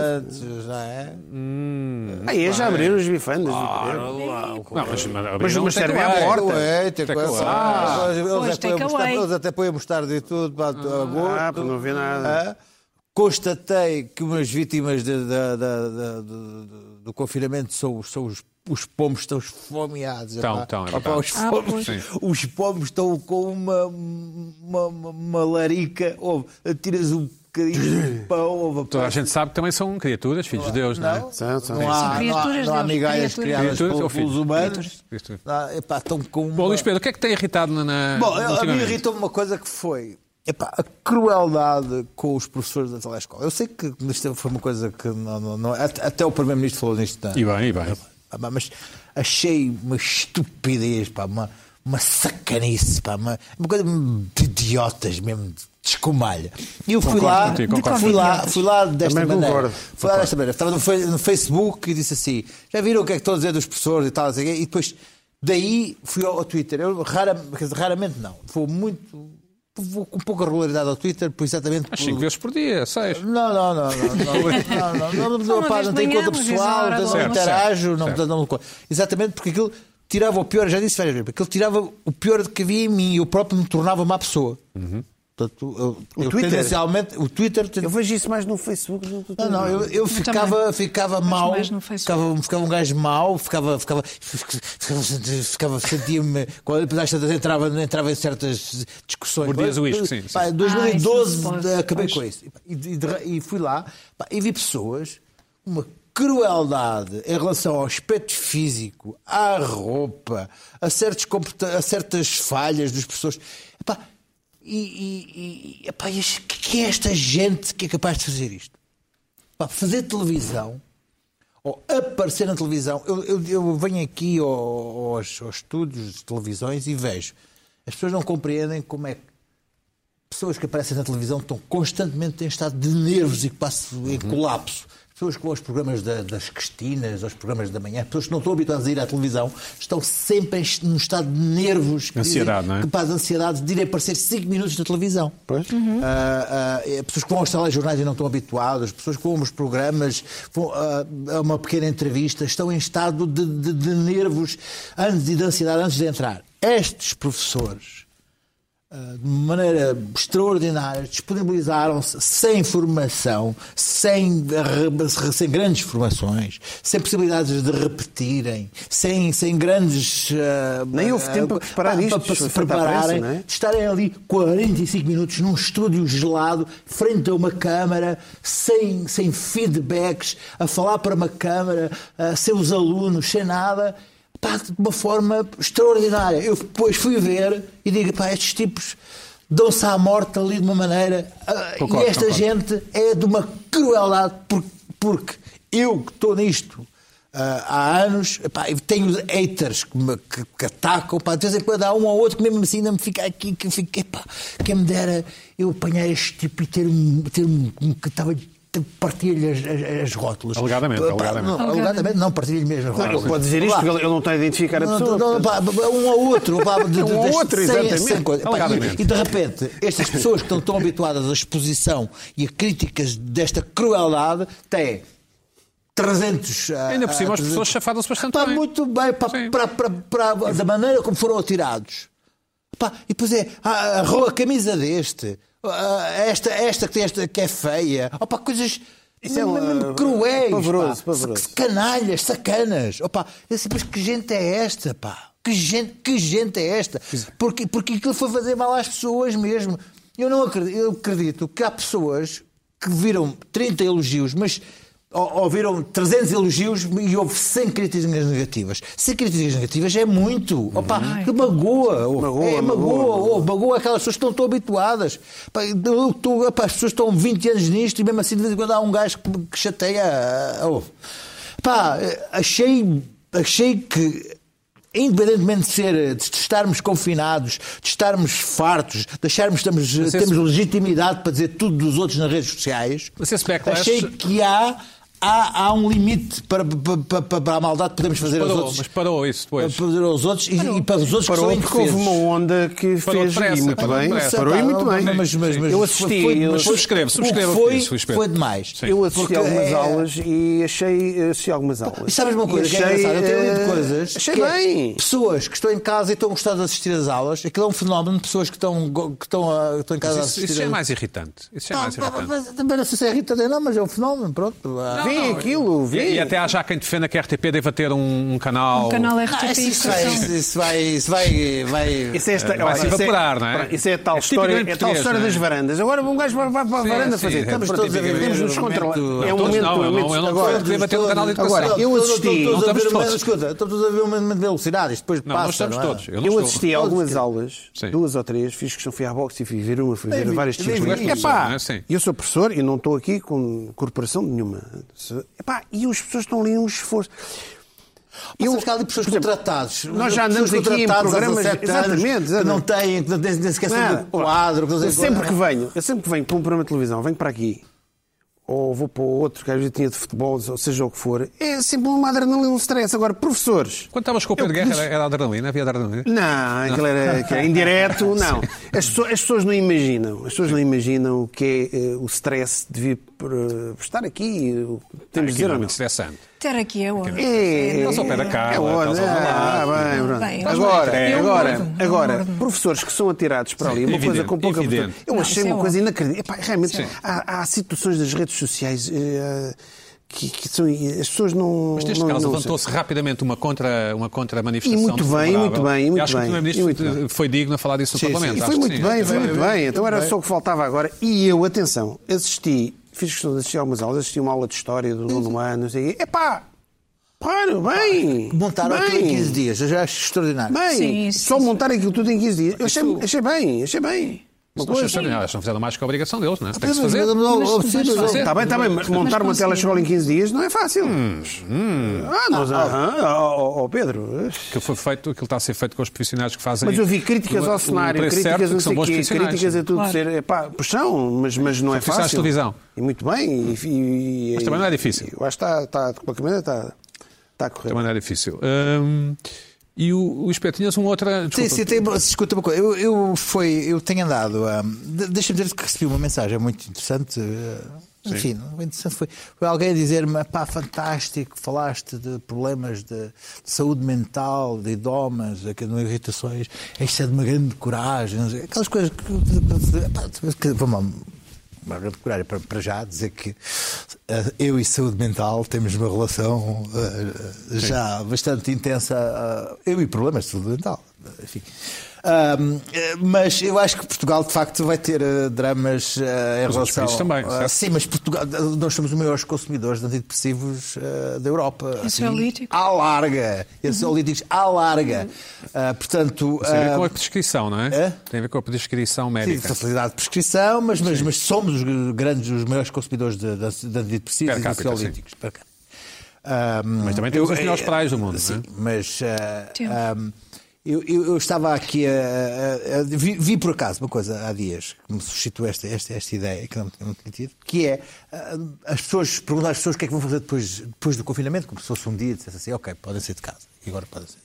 [SPEAKER 3] não é?
[SPEAKER 2] Ah, é, já abriram as bifandas.
[SPEAKER 1] Não, mas,
[SPEAKER 2] Mas- mas serve à
[SPEAKER 3] É,
[SPEAKER 2] porta.
[SPEAKER 3] Takeaway, takeaway.
[SPEAKER 1] Takeaway.
[SPEAKER 3] Ah, eles
[SPEAKER 4] Pois,
[SPEAKER 3] até põem
[SPEAKER 4] takeaway.
[SPEAKER 3] mostarda- Eles até põem mostarda e tudo para a gosto.
[SPEAKER 2] Ah, não vi nada.
[SPEAKER 3] Ah, Constatei que umas vítimas de- da- da- da- do, do- do confinamento são, os- são os, os pomos estão esfomeados.
[SPEAKER 1] Estão,
[SPEAKER 3] epá.
[SPEAKER 1] estão, é
[SPEAKER 3] Epá,
[SPEAKER 1] verdade.
[SPEAKER 3] os,
[SPEAKER 4] Ah,
[SPEAKER 3] pomos,
[SPEAKER 1] pois.
[SPEAKER 3] os pomos estão com uma, uma, uma- uma larica. Ouve, atiras um bocadinho
[SPEAKER 1] [laughs]
[SPEAKER 3] de pão. Ouve,
[SPEAKER 1] Toda a gente sabe que também são criaturas, filhos de Deus, não, é?
[SPEAKER 2] São, são.
[SPEAKER 3] não há,
[SPEAKER 4] Sim,
[SPEAKER 3] não há,
[SPEAKER 4] criaturas
[SPEAKER 3] não há
[SPEAKER 4] deles,
[SPEAKER 3] migalhas
[SPEAKER 4] criaturas.
[SPEAKER 3] criadas
[SPEAKER 1] Criaturas ou
[SPEAKER 3] pelos, pelos
[SPEAKER 1] filhos?
[SPEAKER 3] humanos.
[SPEAKER 1] Criaturas.
[SPEAKER 3] Ah, epá, estão com uma...
[SPEAKER 1] Bom, Luís Pedro, o que é que tem irritado na. na
[SPEAKER 3] Bom, eu- a mim
[SPEAKER 1] Ah, ultimamente?
[SPEAKER 3] irritou-me uma coisa que foi epá, a crueldade com os professores da telescola. Eu sei que isto foi uma coisa que não, não- não- é, até, até o Primeiro-Ministro falou nisto. não é?
[SPEAKER 1] E bem, e bem.
[SPEAKER 3] Ah, pá, Mas achei uma estupidez, pá, uma, uma sacanice, pá, uma, uma coisa de idiotas mesmo, de escumalha. E eu fui
[SPEAKER 1] Concordo
[SPEAKER 3] lá, então
[SPEAKER 1] contigo, concordo.
[SPEAKER 3] fui lá, fui lá desta
[SPEAKER 2] Também
[SPEAKER 3] maneira.
[SPEAKER 2] concordo.
[SPEAKER 3] Fui lá desta maneira. Estava no, fe- no Facebook e disse assim: já viram o que é que estão a dizer dos professores e tal, não sei o quê? e depois daí fui ao, ao Twitter. Eu rara, quer dizer, raramente não, vou muito, vou com pouca regularidade ao Twitter, por exatamente
[SPEAKER 1] Às
[SPEAKER 3] por-
[SPEAKER 1] 5 vezes por dia, 6.
[SPEAKER 3] não, não, não, não, não, não, não, não,
[SPEAKER 4] Só
[SPEAKER 3] não,
[SPEAKER 4] uma
[SPEAKER 3] pá,
[SPEAKER 4] vez
[SPEAKER 3] não
[SPEAKER 4] de
[SPEAKER 3] tenho
[SPEAKER 4] manhã,
[SPEAKER 3] conta
[SPEAKER 4] uma vez à
[SPEAKER 3] pessoal,
[SPEAKER 4] hora do
[SPEAKER 3] não
[SPEAKER 4] almoço.
[SPEAKER 3] interajo, não,
[SPEAKER 1] Certo.
[SPEAKER 3] não, não, exatamente porque aquilo tirava o pior, já disse várias vezes, aquilo tirava o pior que havia em mim, eu próprio me tornava má pessoa. Portanto, eu,
[SPEAKER 2] O
[SPEAKER 3] eu
[SPEAKER 2] Twitter?
[SPEAKER 3] tendencialmente, o Twitter,
[SPEAKER 2] Eu vejo isso mais no Facebook. do que-
[SPEAKER 3] não, não, eu, eu ficava, ficava mal,
[SPEAKER 4] mais no Facebook.
[SPEAKER 3] ficava, ficava um gajo mau, ficava, ficava, ficava, ficava sentia-me, quando depois às tantas entrava, entrava em certas discussões.
[SPEAKER 1] Mordias o isco, sim, sim.
[SPEAKER 3] Pá, em
[SPEAKER 4] Ah,
[SPEAKER 3] 2012
[SPEAKER 4] isso não se pode,
[SPEAKER 3] acabei
[SPEAKER 4] pois.
[SPEAKER 3] com isso. E, de- de- e fui lá pá, e vi pessoas com uma crueldade em relação ao aspecto físico, à roupa, a, certos comporta- a certas falhas dos pessoas. Epá, e, e, e, epá, e as- que- que é esta gente que é capaz de fazer isto? Pá, fazer televisão ou aparecer na televisão. Eu, eu- eu venho aqui ao- aos, aos estúdios de televisões e vejo. As pessoas não compreendem como é que pessoas que aparecem na televisão estão constantemente em estado de nervos e que passam
[SPEAKER 1] Uhum.
[SPEAKER 3] em colapso. As Pessoas que vão aos programas da- das Cristinas, aos programas da manhã, pessoas que não estão habituadas a ir à televisão, estão sempre em- num estado de nervos que,
[SPEAKER 1] Ansiedade, não é?
[SPEAKER 3] que faz ansiedade de ir aparecer 5 minutos na televisão. Ah, ah, é, pessoas que vão aos telejornais e não estão habituadas, pessoas que vão aos programas, vão, ah, a uma pequena entrevista, estão em estado de, de- de nervos antes e de ansiedade antes de entrar. Estes professores ah, de uma maneira extraordinária, disponibilizaram-se sem formação, sem, re- sem grandes formações, sem possibilidades de repetirem, sem, sem grandes. ah,
[SPEAKER 2] Nem houve
[SPEAKER 3] ah,
[SPEAKER 2] tempo para preparar
[SPEAKER 3] pá,
[SPEAKER 2] isto,
[SPEAKER 3] para se
[SPEAKER 2] foi feito à pressa,
[SPEAKER 3] prepararem,
[SPEAKER 2] não é?
[SPEAKER 3] de estarem ali 45 minutos num estúdio gelado, frente a uma câmara, sem, sem feedbacks, a falar para uma câmara, ah, sem os alunos, sem nada, pá, de uma forma extraordinária. Eu depois fui ver e digo, pá, estes tipos dão-se à morte ali de uma maneira. ah,
[SPEAKER 1] Concordo,
[SPEAKER 3] e esta
[SPEAKER 1] concordo.
[SPEAKER 3] gente é de uma crueldade, por- porque eu que estou nisto ah, há anos, pá, eu tenho haters que, me, que, que atacam, pá, de vez em quando há um ou outro que mesmo assim ainda me fica aqui, que eu fico, epá, quem me dera eu apanhar este tipo e ter um, ter um um que estava partilha as, as, as rótulas.
[SPEAKER 1] Alegadamente,
[SPEAKER 3] Pá,
[SPEAKER 1] alegadamente.
[SPEAKER 3] Não, alegadamente, não partilho mesmo as
[SPEAKER 2] Não,
[SPEAKER 3] rótulas.
[SPEAKER 2] ele pode dizer isto
[SPEAKER 3] Lá.
[SPEAKER 2] porque ele- ele não está a identificar a
[SPEAKER 3] Não,
[SPEAKER 2] pessoa.
[SPEAKER 3] não, pá, um ao outro. Pá,
[SPEAKER 1] [laughs]
[SPEAKER 3] de,
[SPEAKER 2] Um ao
[SPEAKER 3] deste-
[SPEAKER 2] outro,
[SPEAKER 3] sem-
[SPEAKER 2] exatamente.
[SPEAKER 3] sem coisa. Pá,
[SPEAKER 1] Alegadamente.
[SPEAKER 3] e, e de repente, estas pessoas que não estão habituadas à exposição e a críticas desta crueldade têm 300. ah,
[SPEAKER 1] Ainda por cima,
[SPEAKER 3] ah,
[SPEAKER 1] as pessoas chafaram-se bastante
[SPEAKER 3] Pá,
[SPEAKER 1] bem.
[SPEAKER 3] muito bem, pá,
[SPEAKER 1] Sim.
[SPEAKER 3] pra- pra- pra- da maneira como foram atirados. Pá, e depois é, ah, arrou a camisa deste, ah, esta, esta, que tem esta que é feia. Oh, pá, coisas
[SPEAKER 2] Isso é
[SPEAKER 3] mesmo-
[SPEAKER 2] um,
[SPEAKER 3] mesmo
[SPEAKER 2] ah,
[SPEAKER 3] cruéis.
[SPEAKER 2] pavoroso,
[SPEAKER 3] pá.
[SPEAKER 2] pavoroso.
[SPEAKER 3] Canalhas, sacanas. Oh, pá, eu disse, mas que gente é esta, pá? Que gente, que gente é esta? Porque, porque aquilo foi fazer mal às pessoas mesmo. Eu não acredito, eu acredito que há pessoas que viram 30 elogios, mas ou- ouviram 300 elogios e houve 100 críticas negativas. 100 críticas negativas é muito. Opa, que magoa. ouve.
[SPEAKER 2] Magoa, magoa,
[SPEAKER 3] é, magoa. ouve, magoa aquelas pessoas que não estão habituadas. Pá, eu estou- opa, as pessoas estão 20 anos nisto e mesmo assim de vez em quando há um gajo que, que chateia. ah, ouve. Pá, eh, achei, achei que independentemente de, ser, de estarmos confinados, de estarmos fartos, de acharmos que estamos,
[SPEAKER 1] esse-
[SPEAKER 3] temos legitimidade para dizer tudo dos outros nas redes sociais,
[SPEAKER 1] Mas esse backlash-
[SPEAKER 3] achei que há, há, há um limite para, para, para, para a maldade que podemos fazer aos
[SPEAKER 1] Parou,
[SPEAKER 3] outros.
[SPEAKER 1] mas parou isso depois.
[SPEAKER 3] Para fazer aos outros e, e para os outros
[SPEAKER 2] Parou
[SPEAKER 3] que
[SPEAKER 2] porque
[SPEAKER 3] são
[SPEAKER 2] houve uma
[SPEAKER 3] indefesos.
[SPEAKER 2] onda que
[SPEAKER 1] Parou
[SPEAKER 2] fez
[SPEAKER 1] depressa,
[SPEAKER 2] e muito
[SPEAKER 1] parou
[SPEAKER 2] bem.
[SPEAKER 1] depressa.
[SPEAKER 2] Parou e muito
[SPEAKER 3] Não,
[SPEAKER 2] bem.
[SPEAKER 3] não, Mas, mas, mas
[SPEAKER 2] Eu assisti,
[SPEAKER 3] Foi,
[SPEAKER 2] eu-
[SPEAKER 3] mas foi-
[SPEAKER 1] Subscreve, subscreve
[SPEAKER 3] o que foi,
[SPEAKER 1] isso, Luís Pedro.
[SPEAKER 3] foi demais.
[SPEAKER 1] Sim.
[SPEAKER 2] Eu assisti
[SPEAKER 3] Porque
[SPEAKER 2] algumas
[SPEAKER 3] é-
[SPEAKER 2] aulas e achei, eh, assisti algumas aulas.
[SPEAKER 3] E sabes uma coisa
[SPEAKER 2] E
[SPEAKER 3] que é engraçada? Eu tenho
[SPEAKER 2] eh,
[SPEAKER 3] lido coisas.
[SPEAKER 2] Achei
[SPEAKER 3] que é
[SPEAKER 2] bem.
[SPEAKER 3] pessoas que estão em casa e estão a gostar de assistir às aulas. Aquilo é um fenómeno de pessoas que estão, go- que estão, a- que estão em casa a
[SPEAKER 1] Isso,
[SPEAKER 3] assistir.
[SPEAKER 1] isso já é
[SPEAKER 3] às-
[SPEAKER 1] mais irritante. Isso já é
[SPEAKER 3] Pá,
[SPEAKER 1] mais
[SPEAKER 3] pá, pá,
[SPEAKER 1] irritante.
[SPEAKER 3] mas Também não sei se é irritante, não, mas é um fenómeno. Pronto. Ah, Não,
[SPEAKER 2] Vi aquilo, vi.
[SPEAKER 1] E, e até há já quem defenda que a RTP deve ter um, um canal.
[SPEAKER 4] O canal RTP.
[SPEAKER 3] Ah, isso, é isso vai,
[SPEAKER 4] Educação.
[SPEAKER 3] isso vai. Isso vai, vai...
[SPEAKER 2] Isso é, esta,
[SPEAKER 1] Vai se
[SPEAKER 2] isso
[SPEAKER 1] evaporar, não é?
[SPEAKER 2] Pronto, Isso é a tal
[SPEAKER 1] É
[SPEAKER 2] história,
[SPEAKER 1] tipicamente
[SPEAKER 2] é a tal
[SPEAKER 1] português,
[SPEAKER 2] história
[SPEAKER 1] não é?
[SPEAKER 2] das varandas. Agora um gajo vai, vai para a
[SPEAKER 1] Sim,
[SPEAKER 2] varanda
[SPEAKER 1] sim,
[SPEAKER 2] fazer.
[SPEAKER 1] é
[SPEAKER 2] Estamos
[SPEAKER 3] pronto,
[SPEAKER 2] todos a ver,
[SPEAKER 3] tipicamente
[SPEAKER 2] temos nos
[SPEAKER 3] um momento-
[SPEAKER 2] controlar. É um
[SPEAKER 1] Todos
[SPEAKER 2] momento.
[SPEAKER 1] não,
[SPEAKER 2] é um
[SPEAKER 1] não,
[SPEAKER 2] momento
[SPEAKER 1] eu não
[SPEAKER 2] agora.
[SPEAKER 1] estou a debater o canal de educação.
[SPEAKER 2] Agora, eu assisti.
[SPEAKER 1] Não
[SPEAKER 3] Estamos
[SPEAKER 1] estamos
[SPEAKER 3] todos a ver-
[SPEAKER 1] todos.
[SPEAKER 3] Escuta, estamos todos a ver um momento alucinado. Isto depois
[SPEAKER 1] Não,
[SPEAKER 3] passa.
[SPEAKER 1] nós estamos
[SPEAKER 3] não é?
[SPEAKER 1] todos. Eu não
[SPEAKER 2] Eu
[SPEAKER 1] estou.
[SPEAKER 2] assisti a algumas aulas,
[SPEAKER 1] Sim.
[SPEAKER 2] duas ou três, fiz questão fui à boxe e fui ver uma, fui ver
[SPEAKER 3] vi-
[SPEAKER 2] várias
[SPEAKER 3] nem
[SPEAKER 2] disciplinas.
[SPEAKER 1] vi isso,
[SPEAKER 2] Epá,
[SPEAKER 1] não é? Sim.
[SPEAKER 2] eu sou professor e não estou aqui com corporação nenhuma. Se- Epá, e as pessoas estão ali um esforço.
[SPEAKER 3] Eu,
[SPEAKER 2] Eu-
[SPEAKER 3] sabes que há ali pessoas
[SPEAKER 2] por exemplo,
[SPEAKER 3] contratadas.
[SPEAKER 2] nós já andamos
[SPEAKER 3] pessoas
[SPEAKER 2] aqui em
[SPEAKER 3] contratadas há
[SPEAKER 2] programas-
[SPEAKER 3] 17
[SPEAKER 2] Exatamente,
[SPEAKER 3] anos, que não
[SPEAKER 2] exatamente.
[SPEAKER 3] têm, que não têm nem sequer sabem
[SPEAKER 2] Nada.
[SPEAKER 3] o um quadro. Que não sei
[SPEAKER 2] eu
[SPEAKER 3] o quê.
[SPEAKER 2] sempre que venho, eu sempre que venho para um programa de televisão, venho para aqui, ou vou para outro, que às vezes tinha de futebol, ou seja o que for, é sempre uma adrenalina, um stress. Agora, professores.
[SPEAKER 1] Quando estavas com o Pedro Guerra, era, era adrenalina? Havia adrenalina?
[SPEAKER 2] Não, aquilo era, aquilo era indireto, não. As pessoas, as pessoas não imaginam, as pessoas não imaginam o que é eh, o stress de vir por, eh, por estar aqui, eh, o que temos de
[SPEAKER 1] Aquilo
[SPEAKER 2] dizer
[SPEAKER 1] é
[SPEAKER 2] ou não.
[SPEAKER 1] muito estressante.
[SPEAKER 4] Ter aqui a hora.
[SPEAKER 1] Estás ao pé da cara,
[SPEAKER 2] é hora,
[SPEAKER 1] estás ao meu
[SPEAKER 2] ah,
[SPEAKER 1] lado.
[SPEAKER 2] bem, pronto.
[SPEAKER 4] Bem,
[SPEAKER 2] agora,
[SPEAKER 4] eu
[SPEAKER 2] agora,
[SPEAKER 4] mordo, eu
[SPEAKER 2] agora,
[SPEAKER 4] mordo.
[SPEAKER 2] professores que são atirados para ali, uma
[SPEAKER 1] evidente,
[SPEAKER 2] coisa com pouca
[SPEAKER 1] evidente.
[SPEAKER 2] abertura. Eu
[SPEAKER 4] Não,
[SPEAKER 2] achei
[SPEAKER 4] isso é
[SPEAKER 2] uma coisa
[SPEAKER 4] óbvio.
[SPEAKER 2] inacreditável. Epá, realmente, há, há situações das redes sociais eh, que, que são. As pessoas não.
[SPEAKER 1] Mas neste
[SPEAKER 2] não,
[SPEAKER 1] caso
[SPEAKER 2] não-
[SPEAKER 1] levantou-se rapidamente uma contra uma contra-manifestação.
[SPEAKER 2] E muito bem,
[SPEAKER 1] favorável.
[SPEAKER 2] muito bem, muito
[SPEAKER 1] Eu Acho que
[SPEAKER 2] bem,
[SPEAKER 1] o
[SPEAKER 2] e muito
[SPEAKER 1] Primeiro-Ministro foi digno a falar disso no Parlamento.
[SPEAKER 2] E
[SPEAKER 1] acho
[SPEAKER 2] foi
[SPEAKER 1] que
[SPEAKER 2] muito
[SPEAKER 1] sim.
[SPEAKER 2] bem,
[SPEAKER 1] Acho
[SPEAKER 2] foi
[SPEAKER 1] que
[SPEAKER 2] muito
[SPEAKER 1] sim.
[SPEAKER 2] bem. Então era só o que faltava agora. E eu, atenção, assisti, fiz questão de assistir algumas aulas, assisti uma aula de história do nono ano, não sei o quê. Epá! Claro, bem!
[SPEAKER 3] Montaram aquilo em
[SPEAKER 2] bem.
[SPEAKER 3] 15 dias. Eu já acho extraordinário.
[SPEAKER 2] Bem,
[SPEAKER 4] Sim, isso,
[SPEAKER 2] só
[SPEAKER 4] isso.
[SPEAKER 2] montar aquilo tudo em 15 dias. Eu achei, achei bem, achei bem. Uma
[SPEAKER 1] Mas não, é
[SPEAKER 2] coisa.
[SPEAKER 1] achei estranho, eles não fizeram mais que a obrigação deles, não é? Tem que se
[SPEAKER 3] Mas-
[SPEAKER 1] fazer.
[SPEAKER 3] mas- mas-
[SPEAKER 4] Mas-
[SPEAKER 3] mas-
[SPEAKER 4] mas-
[SPEAKER 3] mas-
[SPEAKER 2] Está tá bem, está bem, mas montar uma
[SPEAKER 4] conseguiram.
[SPEAKER 2] telescola em 15 dias não é fácil.
[SPEAKER 1] Hum,
[SPEAKER 2] Ah, nós, ah, ah, oh, oh, Pedro.
[SPEAKER 1] Que foi feito, aquilo está a ser feito com os profissionais que fazem.
[SPEAKER 2] Mas eu vi críticas
[SPEAKER 1] o-
[SPEAKER 2] ao
[SPEAKER 1] o
[SPEAKER 2] cenário,
[SPEAKER 1] um preço
[SPEAKER 2] críticas
[SPEAKER 1] certo,
[SPEAKER 2] a não
[SPEAKER 1] que são
[SPEAKER 2] sei
[SPEAKER 1] bons
[SPEAKER 2] quê,
[SPEAKER 1] profissionais.
[SPEAKER 2] críticas a tudo
[SPEAKER 4] Claro.
[SPEAKER 2] ser. Epá, pois são, mas, mas não é
[SPEAKER 1] profissionais
[SPEAKER 2] fácil.
[SPEAKER 1] de televisão.
[SPEAKER 2] E muito bem. E, e-
[SPEAKER 1] Mas também não é
[SPEAKER 2] e-
[SPEAKER 1] difícil.
[SPEAKER 2] Eu acho que tá, está, está de qualquer maneira, está, está tá, a correr.
[SPEAKER 1] Também não é difícil. Hum, e o, o Espeto, tinhas uma outra.
[SPEAKER 3] Sim,
[SPEAKER 1] Desculpa,
[SPEAKER 3] sim, tem, escuta uma coisa. Eu, eu, foi, eu tenho andado. a. de- Deixa-me dizer que recebi uma mensagem muito interessante. eh, Enfim, o interessante foi, foi alguém dizer-me: pá, fantástico, falaste de problemas de, de saúde mental, de idomas, de, de irritações, isto é de uma grande coragem, não sei, aquelas coisas que. pá, que vamos lá, uma grande coragem para, para já dizer que eh, eu e saúde mental temos uma relação eh, já bastante intensa. ah, eu e problemas de saúde mental. Enfim. Ahm, eh, mas eu acho que Portugal de facto vai ter eh, dramas eh, em
[SPEAKER 1] Os outros
[SPEAKER 3] relação.
[SPEAKER 1] países também,
[SPEAKER 3] ah,
[SPEAKER 1] certo?
[SPEAKER 3] sim, mas Portugal, eh, nós somos os maiores consumidores de antidepressivos eh, da Europa.
[SPEAKER 4] Esse é o lítico. Uhum.
[SPEAKER 3] à larga. Esses olíticos à larga. Ah, portanto.
[SPEAKER 1] Tem a ver
[SPEAKER 3] ah,
[SPEAKER 1] com a prescrição, não é?
[SPEAKER 3] É?
[SPEAKER 1] Tem a ver com a prescrição
[SPEAKER 3] Sim,
[SPEAKER 1] médica.
[SPEAKER 3] facilidade de prescrição, mas, mas, mas somos os grandes, os maiores consumidores de, de, de antidepressivos
[SPEAKER 1] Per
[SPEAKER 3] e
[SPEAKER 1] capita,
[SPEAKER 3] ansiolíticos. Per capita. Ahm,
[SPEAKER 1] Mas também temos
[SPEAKER 3] eu- eh,
[SPEAKER 1] as melhores praias do mundo,
[SPEAKER 3] Sim,
[SPEAKER 1] não é?
[SPEAKER 3] mas ah,
[SPEAKER 4] Temos.
[SPEAKER 3] ahm, eu, eu- eu estava aqui a, a- a- vi, vi por acaso uma coisa há dias que me suscitou esta, esta, esta ideia que não, não tinha tido, que é ah, as pessoas perguntar às pessoas o que é que vão fazer depois, depois do confinamento, como se fosse um dia, dissesse assim, ok, podem sair de casa, e agora podem sair.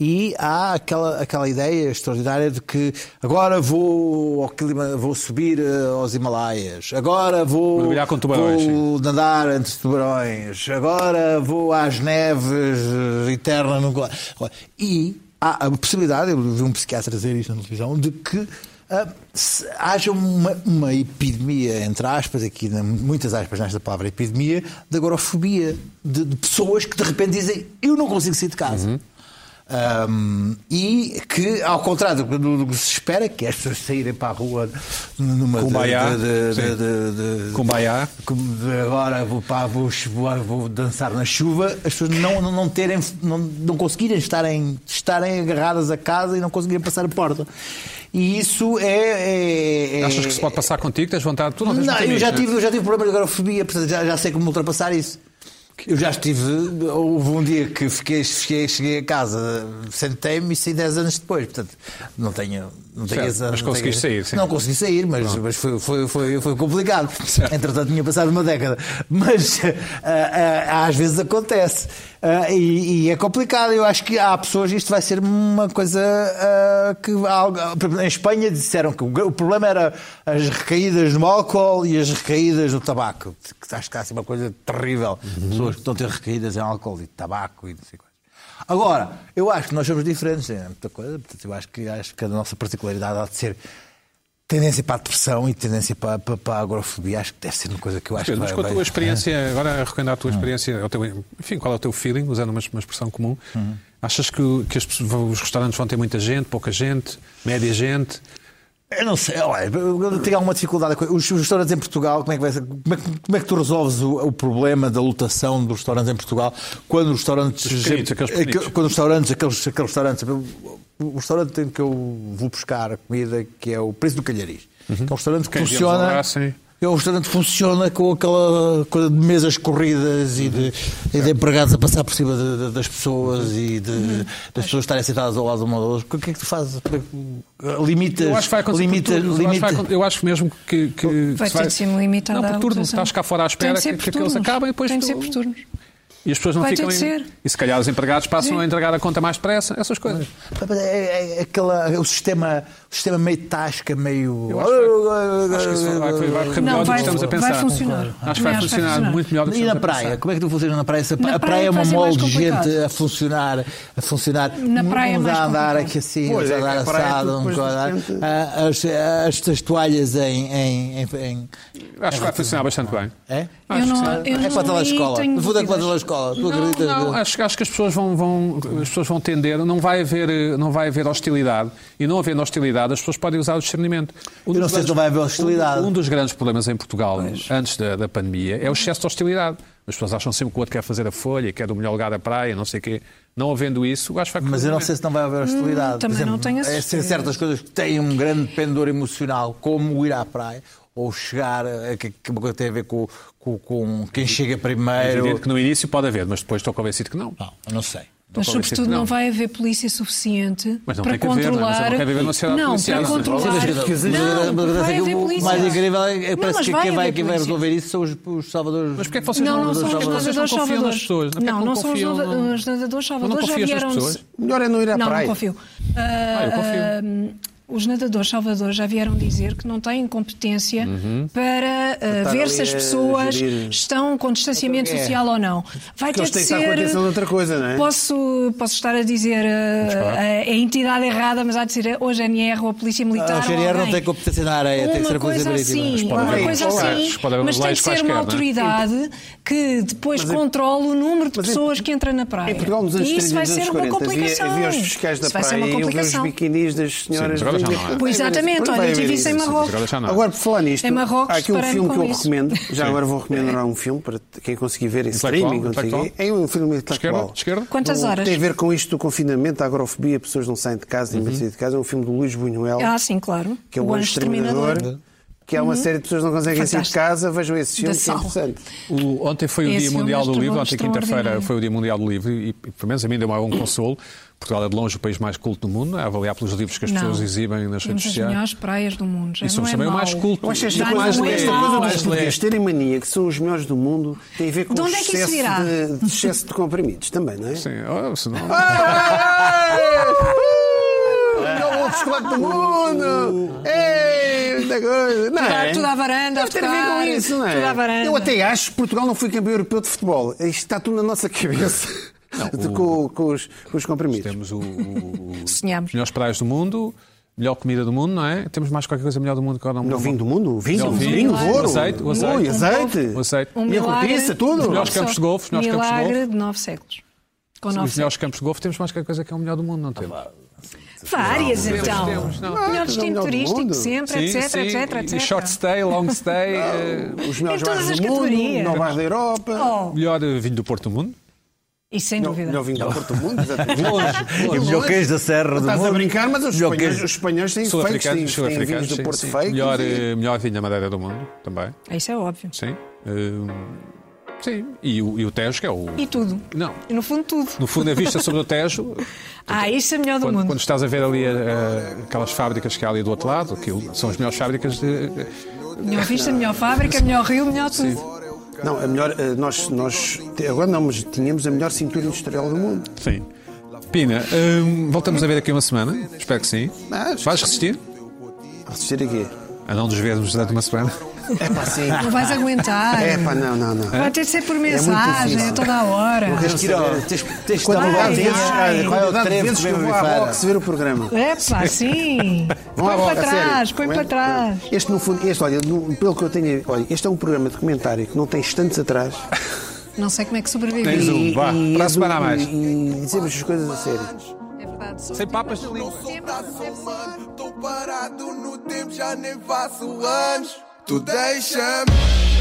[SPEAKER 3] E há aquela, aquela ideia extraordinária de que agora vou ao clima, vou subir ah, aos Himalaias, agora vou,
[SPEAKER 1] Mergulhar com tubarões,
[SPEAKER 3] vou
[SPEAKER 1] sim.
[SPEAKER 3] nadar entre tubarões, agora vou às neves eh, eterna no glo- E há a possibilidade, eu vi um psiquiatra dizer isto na televisão, de que ah, se haja uma, uma epidemia, entre aspas, aqui, na- muitas aspas nesta palavra epidemia, de agorafobia, de, de pessoas que de repente dizem eu não consigo sair de casa.
[SPEAKER 1] Uhum.
[SPEAKER 3] Um, e que, ao contrário do- do do que se espera, que é as pessoas saírem para a rua numa de-
[SPEAKER 1] Kumbaya,
[SPEAKER 3] de- de-
[SPEAKER 1] sim.
[SPEAKER 3] de- de-
[SPEAKER 1] Kumbaya.
[SPEAKER 3] como de agora vou, pá, vou, chuvar, vou dançar na chuva, as pessoas não, não, não terem, não, não conseguirem estarem, estarem agarradas a casa e não conseguirem passar a porta. E isso é. é- é-
[SPEAKER 1] Achas que se pode passar contigo? Tens vontade? Tu não tens
[SPEAKER 3] Não,
[SPEAKER 1] vontade
[SPEAKER 3] eu já,
[SPEAKER 1] disso, né?
[SPEAKER 3] tive, eu já tive problemas de agorafobia, portanto já, já sei como ultrapassar isso. Eu já estive. Houve um dia que fiquei, fiquei- cheguei a casa, sentei-me e saí 10 anos depois, portanto não tenho. Não tenho
[SPEAKER 1] Certo,
[SPEAKER 3] esse-
[SPEAKER 1] mas
[SPEAKER 3] não tenho
[SPEAKER 1] conseguiste
[SPEAKER 3] esse-
[SPEAKER 1] sair, sim.
[SPEAKER 3] Não consegui sair, mas, mas foi, foi, foi, foi complicado. Entretanto, tinha passado uma década. Mas [laughs] ah, ah, às vezes acontece. Ah, e, e é complicado. Eu acho que há pessoas, isto vai ser uma coisa ah, que. há algo- por exemplo, Em Espanha disseram que o, gr- o problema era as recaídas no álcool e as recaídas no tabaco. Que acho que há assim uma coisa terrível. Pessoas que estão a ter recaídas em álcool e tabaco e não sei quais. Agora, eu acho que nós somos diferentes em muita coisa, portanto, eu acho que, acho que a nossa particularidade há de ser tendência para a depressão e tendência para, para, para a agorafobia. Acho que deve ser uma coisa que eu acho
[SPEAKER 1] Pedro,
[SPEAKER 3] que
[SPEAKER 1] mas
[SPEAKER 3] vai,
[SPEAKER 1] com a
[SPEAKER 3] vai- É. Hum.
[SPEAKER 1] tua experiência, agora a recomendar a tua experiência, o teu- enfim, qual é o teu feeling, usando uma, uma expressão comum,
[SPEAKER 3] Hum.
[SPEAKER 1] achas que, o- que as pessoas- os restaurantes vão ter muita gente, pouca gente, média gente?
[SPEAKER 3] Eu não sei, olha, eu tenho alguma dificuldade. com- Os os restaurantes em Portugal, como é que, vai ser- como é que- como é que tu resolves o, o problema da lotação dos restaurantes em Portugal quando os restaurantes.
[SPEAKER 1] Os pequenitos, aqueles
[SPEAKER 3] aquele-
[SPEAKER 1] pequenitos.
[SPEAKER 3] quando os restaurantes, aqueles, aqueles restaurantes. O restaurante em que eu vou buscar a comida, que é o Preço do Calhariz, que é um restaurante que
[SPEAKER 1] Uhum. Quem viemos
[SPEAKER 3] funciona.
[SPEAKER 1] lá, sim.
[SPEAKER 3] É um restaurante que funciona com aquela coisa de mesas corridas e de, e de empregados a passar por cima de- de- das pessoas e de, das pessoas estarem sentadas ao lado uma da outra. O que é que tu fazes? Como é que- Limitas.
[SPEAKER 1] Eu acho que vai acontecer
[SPEAKER 3] limita,
[SPEAKER 1] por turnos. Eu acho que
[SPEAKER 3] limita-
[SPEAKER 1] vai acon- Eu acho mesmo que. que
[SPEAKER 4] Vai
[SPEAKER 1] se
[SPEAKER 4] ter de ser limitada.
[SPEAKER 1] Não,
[SPEAKER 4] a
[SPEAKER 1] por turno,
[SPEAKER 4] lotação.
[SPEAKER 1] estás cá fora à espera
[SPEAKER 4] Tem de ser
[SPEAKER 1] que,
[SPEAKER 4] por
[SPEAKER 1] que aqueles
[SPEAKER 4] turnos.
[SPEAKER 1] acabem e depois
[SPEAKER 4] Tem de
[SPEAKER 1] tu-
[SPEAKER 4] ser por turnos.
[SPEAKER 1] E as pessoas não
[SPEAKER 4] Vai ter
[SPEAKER 1] ficam.
[SPEAKER 4] de
[SPEAKER 1] em-
[SPEAKER 4] ser.
[SPEAKER 1] E se calhar os empregados passam
[SPEAKER 4] Sim.
[SPEAKER 1] a entregar a conta mais depressa, essas coisas.
[SPEAKER 3] É, é- é aquela, é o, sistema, o sistema meio tasca, meio.
[SPEAKER 1] Eu acho que vai- acho que isso vai- vai correr melhor
[SPEAKER 4] Não,
[SPEAKER 1] do que
[SPEAKER 4] vai-
[SPEAKER 1] estamos a
[SPEAKER 4] vai
[SPEAKER 1] pensar.
[SPEAKER 4] funcionar.
[SPEAKER 1] Acho
[SPEAKER 4] Também
[SPEAKER 1] que vai funcionar muito melhor do que
[SPEAKER 3] E
[SPEAKER 1] estamos
[SPEAKER 3] na
[SPEAKER 1] a
[SPEAKER 3] praia?
[SPEAKER 1] pensar.
[SPEAKER 3] Como é que tu funciona na praia? Se a pra-
[SPEAKER 4] Na
[SPEAKER 3] a
[SPEAKER 4] praia
[SPEAKER 3] praia é uma
[SPEAKER 4] vai ser
[SPEAKER 3] mole
[SPEAKER 4] mais
[SPEAKER 3] de
[SPEAKER 4] complicado.
[SPEAKER 3] gente a funcionar, a funcionar.
[SPEAKER 4] Na praia é
[SPEAKER 3] uns
[SPEAKER 4] mais
[SPEAKER 3] a andar
[SPEAKER 4] complicado.
[SPEAKER 3] aqui assim,
[SPEAKER 2] Pois,
[SPEAKER 3] uns a
[SPEAKER 2] é que
[SPEAKER 3] andar
[SPEAKER 2] a praia tu
[SPEAKER 3] assado, uns
[SPEAKER 2] depois
[SPEAKER 3] a andar.
[SPEAKER 2] de repente-
[SPEAKER 3] Ah, as- as- As toalhas em. em- em- em-
[SPEAKER 1] Acho que vai funcionar bastante bem.
[SPEAKER 3] É?
[SPEAKER 1] Ah,
[SPEAKER 4] Eu não, eu
[SPEAKER 3] É
[SPEAKER 4] não
[SPEAKER 3] para a
[SPEAKER 4] li,
[SPEAKER 3] telescola.
[SPEAKER 4] tenho
[SPEAKER 3] Vou dar para a
[SPEAKER 4] dúvidas.
[SPEAKER 3] telescola. Tu
[SPEAKER 1] Não,
[SPEAKER 3] acreditas?
[SPEAKER 1] não, acho, acho que as pessoas vão, vão- as pessoas vão tender, não vai, haver, eh, não vai haver hostilidade. E não havendo hostilidade, as pessoas podem usar o discernimento. Um
[SPEAKER 3] Eu não
[SPEAKER 1] dos
[SPEAKER 3] sei se não vai haver hostilidade.
[SPEAKER 1] Um, um dos grandes problemas em Portugal, antes da, da pandemia, é o excesso de hostilidade. As pessoas acham sempre que o outro quer fazer a folha, quer o melhor lugar da praia, não sei o quê. Não havendo isso, acho que vai correr
[SPEAKER 3] Mas eu não
[SPEAKER 1] bem.
[SPEAKER 3] sei se não vai haver hostilidade.
[SPEAKER 4] Hum, também
[SPEAKER 3] Por exemplo,
[SPEAKER 4] não tenho a
[SPEAKER 3] é, Tem
[SPEAKER 4] certeza.
[SPEAKER 3] certas coisas que têm um grande pendor emocional, como ir à praia ou chegar, eh, que, que uma coisa tem a ver com, com- com quem chega
[SPEAKER 1] É Tá
[SPEAKER 3] primeiro.
[SPEAKER 1] evidente que no início pode haver, mas depois estou convencido que não.
[SPEAKER 3] Não, eu não sei.
[SPEAKER 4] Mas,
[SPEAKER 1] Estou convencido
[SPEAKER 4] sobretudo,
[SPEAKER 1] que
[SPEAKER 4] não vai haver polícia suficiente
[SPEAKER 1] Mas não
[SPEAKER 4] para
[SPEAKER 1] tem que haver, não é? Mas eu não
[SPEAKER 4] controlar.
[SPEAKER 1] quero viver numa sociedade
[SPEAKER 4] Não,
[SPEAKER 1] policial,
[SPEAKER 4] para
[SPEAKER 1] não é?
[SPEAKER 4] controlar.
[SPEAKER 3] Mas acho que- mas
[SPEAKER 4] Não,
[SPEAKER 3] acho
[SPEAKER 4] vai
[SPEAKER 3] que
[SPEAKER 4] haver
[SPEAKER 3] o
[SPEAKER 4] polícia.
[SPEAKER 3] mais incrível é, é
[SPEAKER 4] Não,
[SPEAKER 3] parece
[SPEAKER 4] mas
[SPEAKER 3] que
[SPEAKER 4] vai
[SPEAKER 3] quem vai,
[SPEAKER 4] haver
[SPEAKER 3] quem vai
[SPEAKER 4] polícia.
[SPEAKER 3] resolver isso são os, os salvadores.
[SPEAKER 1] Mas porquê é que vocês
[SPEAKER 4] Não, não são os
[SPEAKER 1] vocês
[SPEAKER 4] nadadores
[SPEAKER 1] não confiam nas
[SPEAKER 4] salvadores.
[SPEAKER 1] pessoas? Porquê
[SPEAKER 4] Não,
[SPEAKER 1] que
[SPEAKER 4] não são os
[SPEAKER 1] confiam?
[SPEAKER 4] nada-
[SPEAKER 1] Não-
[SPEAKER 4] os nadadores
[SPEAKER 1] Não
[SPEAKER 4] salvadores. Já
[SPEAKER 1] confias nas
[SPEAKER 4] vieram.
[SPEAKER 1] pessoas?
[SPEAKER 2] Melhor é não ir à
[SPEAKER 4] Não,
[SPEAKER 2] praia.
[SPEAKER 4] não confio.
[SPEAKER 1] Ah, eu confio.
[SPEAKER 4] Ah, os nadadores salvadores já vieram dizer que não têm competência para eh,
[SPEAKER 3] estar
[SPEAKER 4] ver
[SPEAKER 3] ali
[SPEAKER 4] se as
[SPEAKER 3] a
[SPEAKER 4] pessoas
[SPEAKER 3] gerir.
[SPEAKER 4] estão com distanciamento
[SPEAKER 3] Então, é.
[SPEAKER 4] social ou não.
[SPEAKER 3] Porque
[SPEAKER 4] Vai ter
[SPEAKER 3] eles têm
[SPEAKER 4] de
[SPEAKER 3] que estar com
[SPEAKER 4] ser.
[SPEAKER 3] atenção noutra coisa, não é?
[SPEAKER 4] Posso, posso estar a dizer eh,
[SPEAKER 1] claro.
[SPEAKER 4] a, a entidade errada, mas há de ser ou a GNR ou a Polícia Militar.
[SPEAKER 7] A GNR
[SPEAKER 4] ou
[SPEAKER 7] não
[SPEAKER 4] alguém.
[SPEAKER 7] tem competência na areia, tem que ser
[SPEAKER 4] Uma
[SPEAKER 7] a polícia
[SPEAKER 4] coisa
[SPEAKER 7] marítima.
[SPEAKER 4] assim,
[SPEAKER 1] pode
[SPEAKER 4] uma
[SPEAKER 1] haver-
[SPEAKER 4] coisa
[SPEAKER 1] pode haver-
[SPEAKER 4] assim,
[SPEAKER 1] pode haver
[SPEAKER 4] mas tem
[SPEAKER 1] leis
[SPEAKER 4] que ser
[SPEAKER 1] quaisquer,
[SPEAKER 4] uma
[SPEAKER 1] não é?
[SPEAKER 4] autoridade que depois controle o número de pessoas que entra na praia.
[SPEAKER 2] é- Em Portugal, nos anos
[SPEAKER 4] e
[SPEAKER 2] 30
[SPEAKER 4] isso vai
[SPEAKER 2] nos anos
[SPEAKER 4] ser uma
[SPEAKER 2] 40,
[SPEAKER 4] complicação.
[SPEAKER 2] Havia, havia os fiscais da
[SPEAKER 4] Isso vai ser
[SPEAKER 2] praia
[SPEAKER 4] uma
[SPEAKER 2] e havia os
[SPEAKER 4] complicação.
[SPEAKER 2] biquinis das senhoras.
[SPEAKER 1] Sim, mas agora já não há.
[SPEAKER 4] Pois, exatamente, olha, eu tive isso em
[SPEAKER 2] Sim, mas
[SPEAKER 4] Marrocos.
[SPEAKER 1] agora já não é. há.
[SPEAKER 2] Agora, por falar nisto,
[SPEAKER 4] Em Marrocos,
[SPEAKER 2] há aqui um
[SPEAKER 4] deparei-me
[SPEAKER 2] filme que
[SPEAKER 4] com
[SPEAKER 2] eu
[SPEAKER 4] isso.
[SPEAKER 2] recomendo. Já agora vou
[SPEAKER 1] É.
[SPEAKER 2] recomendar um filme para quem conseguir ver em
[SPEAKER 1] Intelectual,
[SPEAKER 2] streaming. não sei o quê.
[SPEAKER 1] intelectual.
[SPEAKER 2] É um filme
[SPEAKER 1] Esquerda?
[SPEAKER 2] intelectual.
[SPEAKER 1] Esquerda?
[SPEAKER 4] Quantas
[SPEAKER 2] Do-
[SPEAKER 4] horas?
[SPEAKER 2] Tem a ver com isto do confinamento, da agorofobia, pessoas não saem de casa, uhum. de casa. É um filme do Luís Buñuel,
[SPEAKER 4] Ah, sim, claro.
[SPEAKER 2] que é o Anjo Exterminador, que há uma série de pessoas que não conseguem sair de
[SPEAKER 4] Uhum. Fantástico.
[SPEAKER 2] casa. Vejam esse filme,
[SPEAKER 4] Da
[SPEAKER 2] que é
[SPEAKER 4] sala.
[SPEAKER 2] interessante.
[SPEAKER 1] O- ontem foi o
[SPEAKER 4] Esse
[SPEAKER 1] Dia
[SPEAKER 4] filme
[SPEAKER 1] Mundial do
[SPEAKER 4] mostrou
[SPEAKER 1] Livro,
[SPEAKER 4] um
[SPEAKER 1] ontem quinta-feira
[SPEAKER 4] extraordinário.
[SPEAKER 1] foi o Dia Mundial do Livro e, e, pelo menos a mim deu-me algum consolo. Portugal é de longe o país mais culto do mundo, é? a avaliar pelos livros que as
[SPEAKER 4] Não.
[SPEAKER 1] pessoas exibem nas
[SPEAKER 4] Temos
[SPEAKER 1] redes
[SPEAKER 4] as
[SPEAKER 1] sociais.
[SPEAKER 4] melhores praias do mundo. Já
[SPEAKER 1] E somos
[SPEAKER 4] não é
[SPEAKER 1] também o
[SPEAKER 4] mau.
[SPEAKER 1] mais culto.
[SPEAKER 2] Eu acho esta
[SPEAKER 4] Já
[SPEAKER 2] coisa,
[SPEAKER 4] não é
[SPEAKER 2] esta
[SPEAKER 4] mau.
[SPEAKER 2] coisa
[SPEAKER 1] Mais
[SPEAKER 2] dos portugueses terem mania que são os melhores do mundo tem a ver com
[SPEAKER 4] De
[SPEAKER 2] o
[SPEAKER 4] onde é que isso
[SPEAKER 2] excesso,
[SPEAKER 4] virá?
[SPEAKER 2] de, de excesso de comprimidos também, não é?
[SPEAKER 1] Sim, oh, senão-
[SPEAKER 2] Melhor outro É chocolate do
[SPEAKER 1] Uh!
[SPEAKER 2] mundo! Ei, muita coisa! Não
[SPEAKER 4] Toda-
[SPEAKER 2] é?
[SPEAKER 4] toda a varanda a
[SPEAKER 2] Deve ter a ver
[SPEAKER 4] tocar,
[SPEAKER 2] com isso, não é?
[SPEAKER 4] toda a varanda.
[SPEAKER 2] Eu até acho que Portugal não foi campeão europeu de futebol. Isto está tudo na nossa cabeça. De- com, com os, com os comprimidos.
[SPEAKER 1] Temos o, o, o-
[SPEAKER 4] Sonhamos.
[SPEAKER 1] as melhores praias do mundo, melhor comida do mundo, não é? Temos mais qualquer coisa melhor do mundo que agora não
[SPEAKER 2] O vinho do mundo? O vinho?
[SPEAKER 1] Não,
[SPEAKER 2] O
[SPEAKER 1] vinho,
[SPEAKER 2] vinho,
[SPEAKER 1] o
[SPEAKER 2] o ouro?
[SPEAKER 1] azeite, o azeite.
[SPEAKER 2] Oi, azeite.
[SPEAKER 1] O azeite.
[SPEAKER 4] Um
[SPEAKER 2] E a
[SPEAKER 4] milagre-
[SPEAKER 2] cortiça, tudo? Os
[SPEAKER 1] melhores campos de golfe, os melhores campos de
[SPEAKER 4] milagre
[SPEAKER 1] golfe.
[SPEAKER 4] de nove séculos. Com nove
[SPEAKER 1] Os
[SPEAKER 4] séculos.
[SPEAKER 1] melhores campos de golfe, temos mais qualquer coisa que é o melhor do mundo, não temos?
[SPEAKER 4] Várias, então.
[SPEAKER 1] temos, não.
[SPEAKER 4] melhor destino
[SPEAKER 2] melhor do mundo.
[SPEAKER 4] turístico, sempre,
[SPEAKER 1] Sim,
[SPEAKER 4] etc,
[SPEAKER 1] sim,
[SPEAKER 4] etc,
[SPEAKER 1] E
[SPEAKER 4] etc.
[SPEAKER 1] short stay, long stay, eh,
[SPEAKER 2] Os melhores
[SPEAKER 4] Em todas
[SPEAKER 2] bares
[SPEAKER 4] as
[SPEAKER 2] do mundo, o
[SPEAKER 4] categorias.
[SPEAKER 2] melhor bar da Europa.
[SPEAKER 4] Oh,
[SPEAKER 1] melhor eh, vinho do Porto do Mundo.
[SPEAKER 4] e sem
[SPEAKER 2] Melhor-
[SPEAKER 4] dúvida.
[SPEAKER 2] Melhor vinho do Porto do mundo, exatamente.
[SPEAKER 1] Longe,
[SPEAKER 7] E o
[SPEAKER 1] longe.
[SPEAKER 7] melhor queijo da Serra do
[SPEAKER 2] Estás a
[SPEAKER 7] mundo.
[SPEAKER 2] brincar, mas os
[SPEAKER 7] Melhor
[SPEAKER 2] espanhóis,
[SPEAKER 7] queijo-
[SPEAKER 2] os espanhóis têm fakes, têm,
[SPEAKER 1] Sul-africanos,
[SPEAKER 2] têm vinhos
[SPEAKER 1] sul-africanos.
[SPEAKER 2] do
[SPEAKER 1] sim,
[SPEAKER 2] Porto
[SPEAKER 1] sim.
[SPEAKER 2] fake.
[SPEAKER 1] Melhor,
[SPEAKER 2] e-
[SPEAKER 1] eh, melhor vinho da Madeira do mundo, também.
[SPEAKER 4] Isso é óbvio.
[SPEAKER 1] Sim. Hum, sim. E o, e o Tejo, que é o.
[SPEAKER 4] E tudo.
[SPEAKER 1] Não.
[SPEAKER 4] E no fundo, tudo.
[SPEAKER 1] No fundo, a vista sobre o
[SPEAKER 2] [laughs]
[SPEAKER 1] Tejo,
[SPEAKER 4] Ah, isso é melhor do
[SPEAKER 1] quando,
[SPEAKER 4] mundo.
[SPEAKER 1] quando estás a ver ali eh, aquelas fábricas que há ali do outro lado, aquilo, são as melhores fábricas de. eh,
[SPEAKER 4] Melhor vista, melhor fábrica, melhor rio, melhor tudo.
[SPEAKER 2] Não, a melhor. eh, Nós, nós. te- Agora não, mas tínhamos a melhor cintura industrial do mundo.
[SPEAKER 1] Sim. Pina, hum, voltamos a ver aqui uma semana. Espero que sim.
[SPEAKER 2] Mas-
[SPEAKER 1] Vais resistir?
[SPEAKER 2] Assistir aqui.
[SPEAKER 1] A não nos vermos durante uma semana.
[SPEAKER 2] É pá, [laughs] sim.
[SPEAKER 4] Não vais aguentar.
[SPEAKER 2] É pá, não, não, não.
[SPEAKER 4] Vai ter de ser por mensagem,
[SPEAKER 2] difícil.
[SPEAKER 4] é toda a hora.
[SPEAKER 7] Eh, Tens que ir ao- tens- Tens que
[SPEAKER 2] Quando
[SPEAKER 7] dar
[SPEAKER 2] dá
[SPEAKER 7] um
[SPEAKER 2] vezes,
[SPEAKER 4] vai.
[SPEAKER 2] ah,
[SPEAKER 7] Vai ao
[SPEAKER 2] quantidade de
[SPEAKER 7] trevo
[SPEAKER 2] vezes que eu vou à
[SPEAKER 7] comer
[SPEAKER 2] boxe ver o programa.
[SPEAKER 4] É pá, sim.
[SPEAKER 2] Vão à
[SPEAKER 4] Põe para
[SPEAKER 2] boxe, a sério.
[SPEAKER 4] trás, põe para
[SPEAKER 2] Põe-
[SPEAKER 4] trás.
[SPEAKER 2] Este, no fundo, este, olha, no- pelo que eu tenho. Olha, este é um programa de comentário que não tem estantes atrás.
[SPEAKER 4] Não sei como é que
[SPEAKER 1] Tens
[SPEAKER 4] sobrevivi.
[SPEAKER 1] um. Vá, para a
[SPEAKER 2] é do-
[SPEAKER 1] semana há mais.
[SPEAKER 2] E, e dizemos as coisas a sério.
[SPEAKER 4] É verdade.
[SPEAKER 1] Sem papas na língua.
[SPEAKER 8] Tô parado no tempo, já nem faço anos. Tu deixa-me.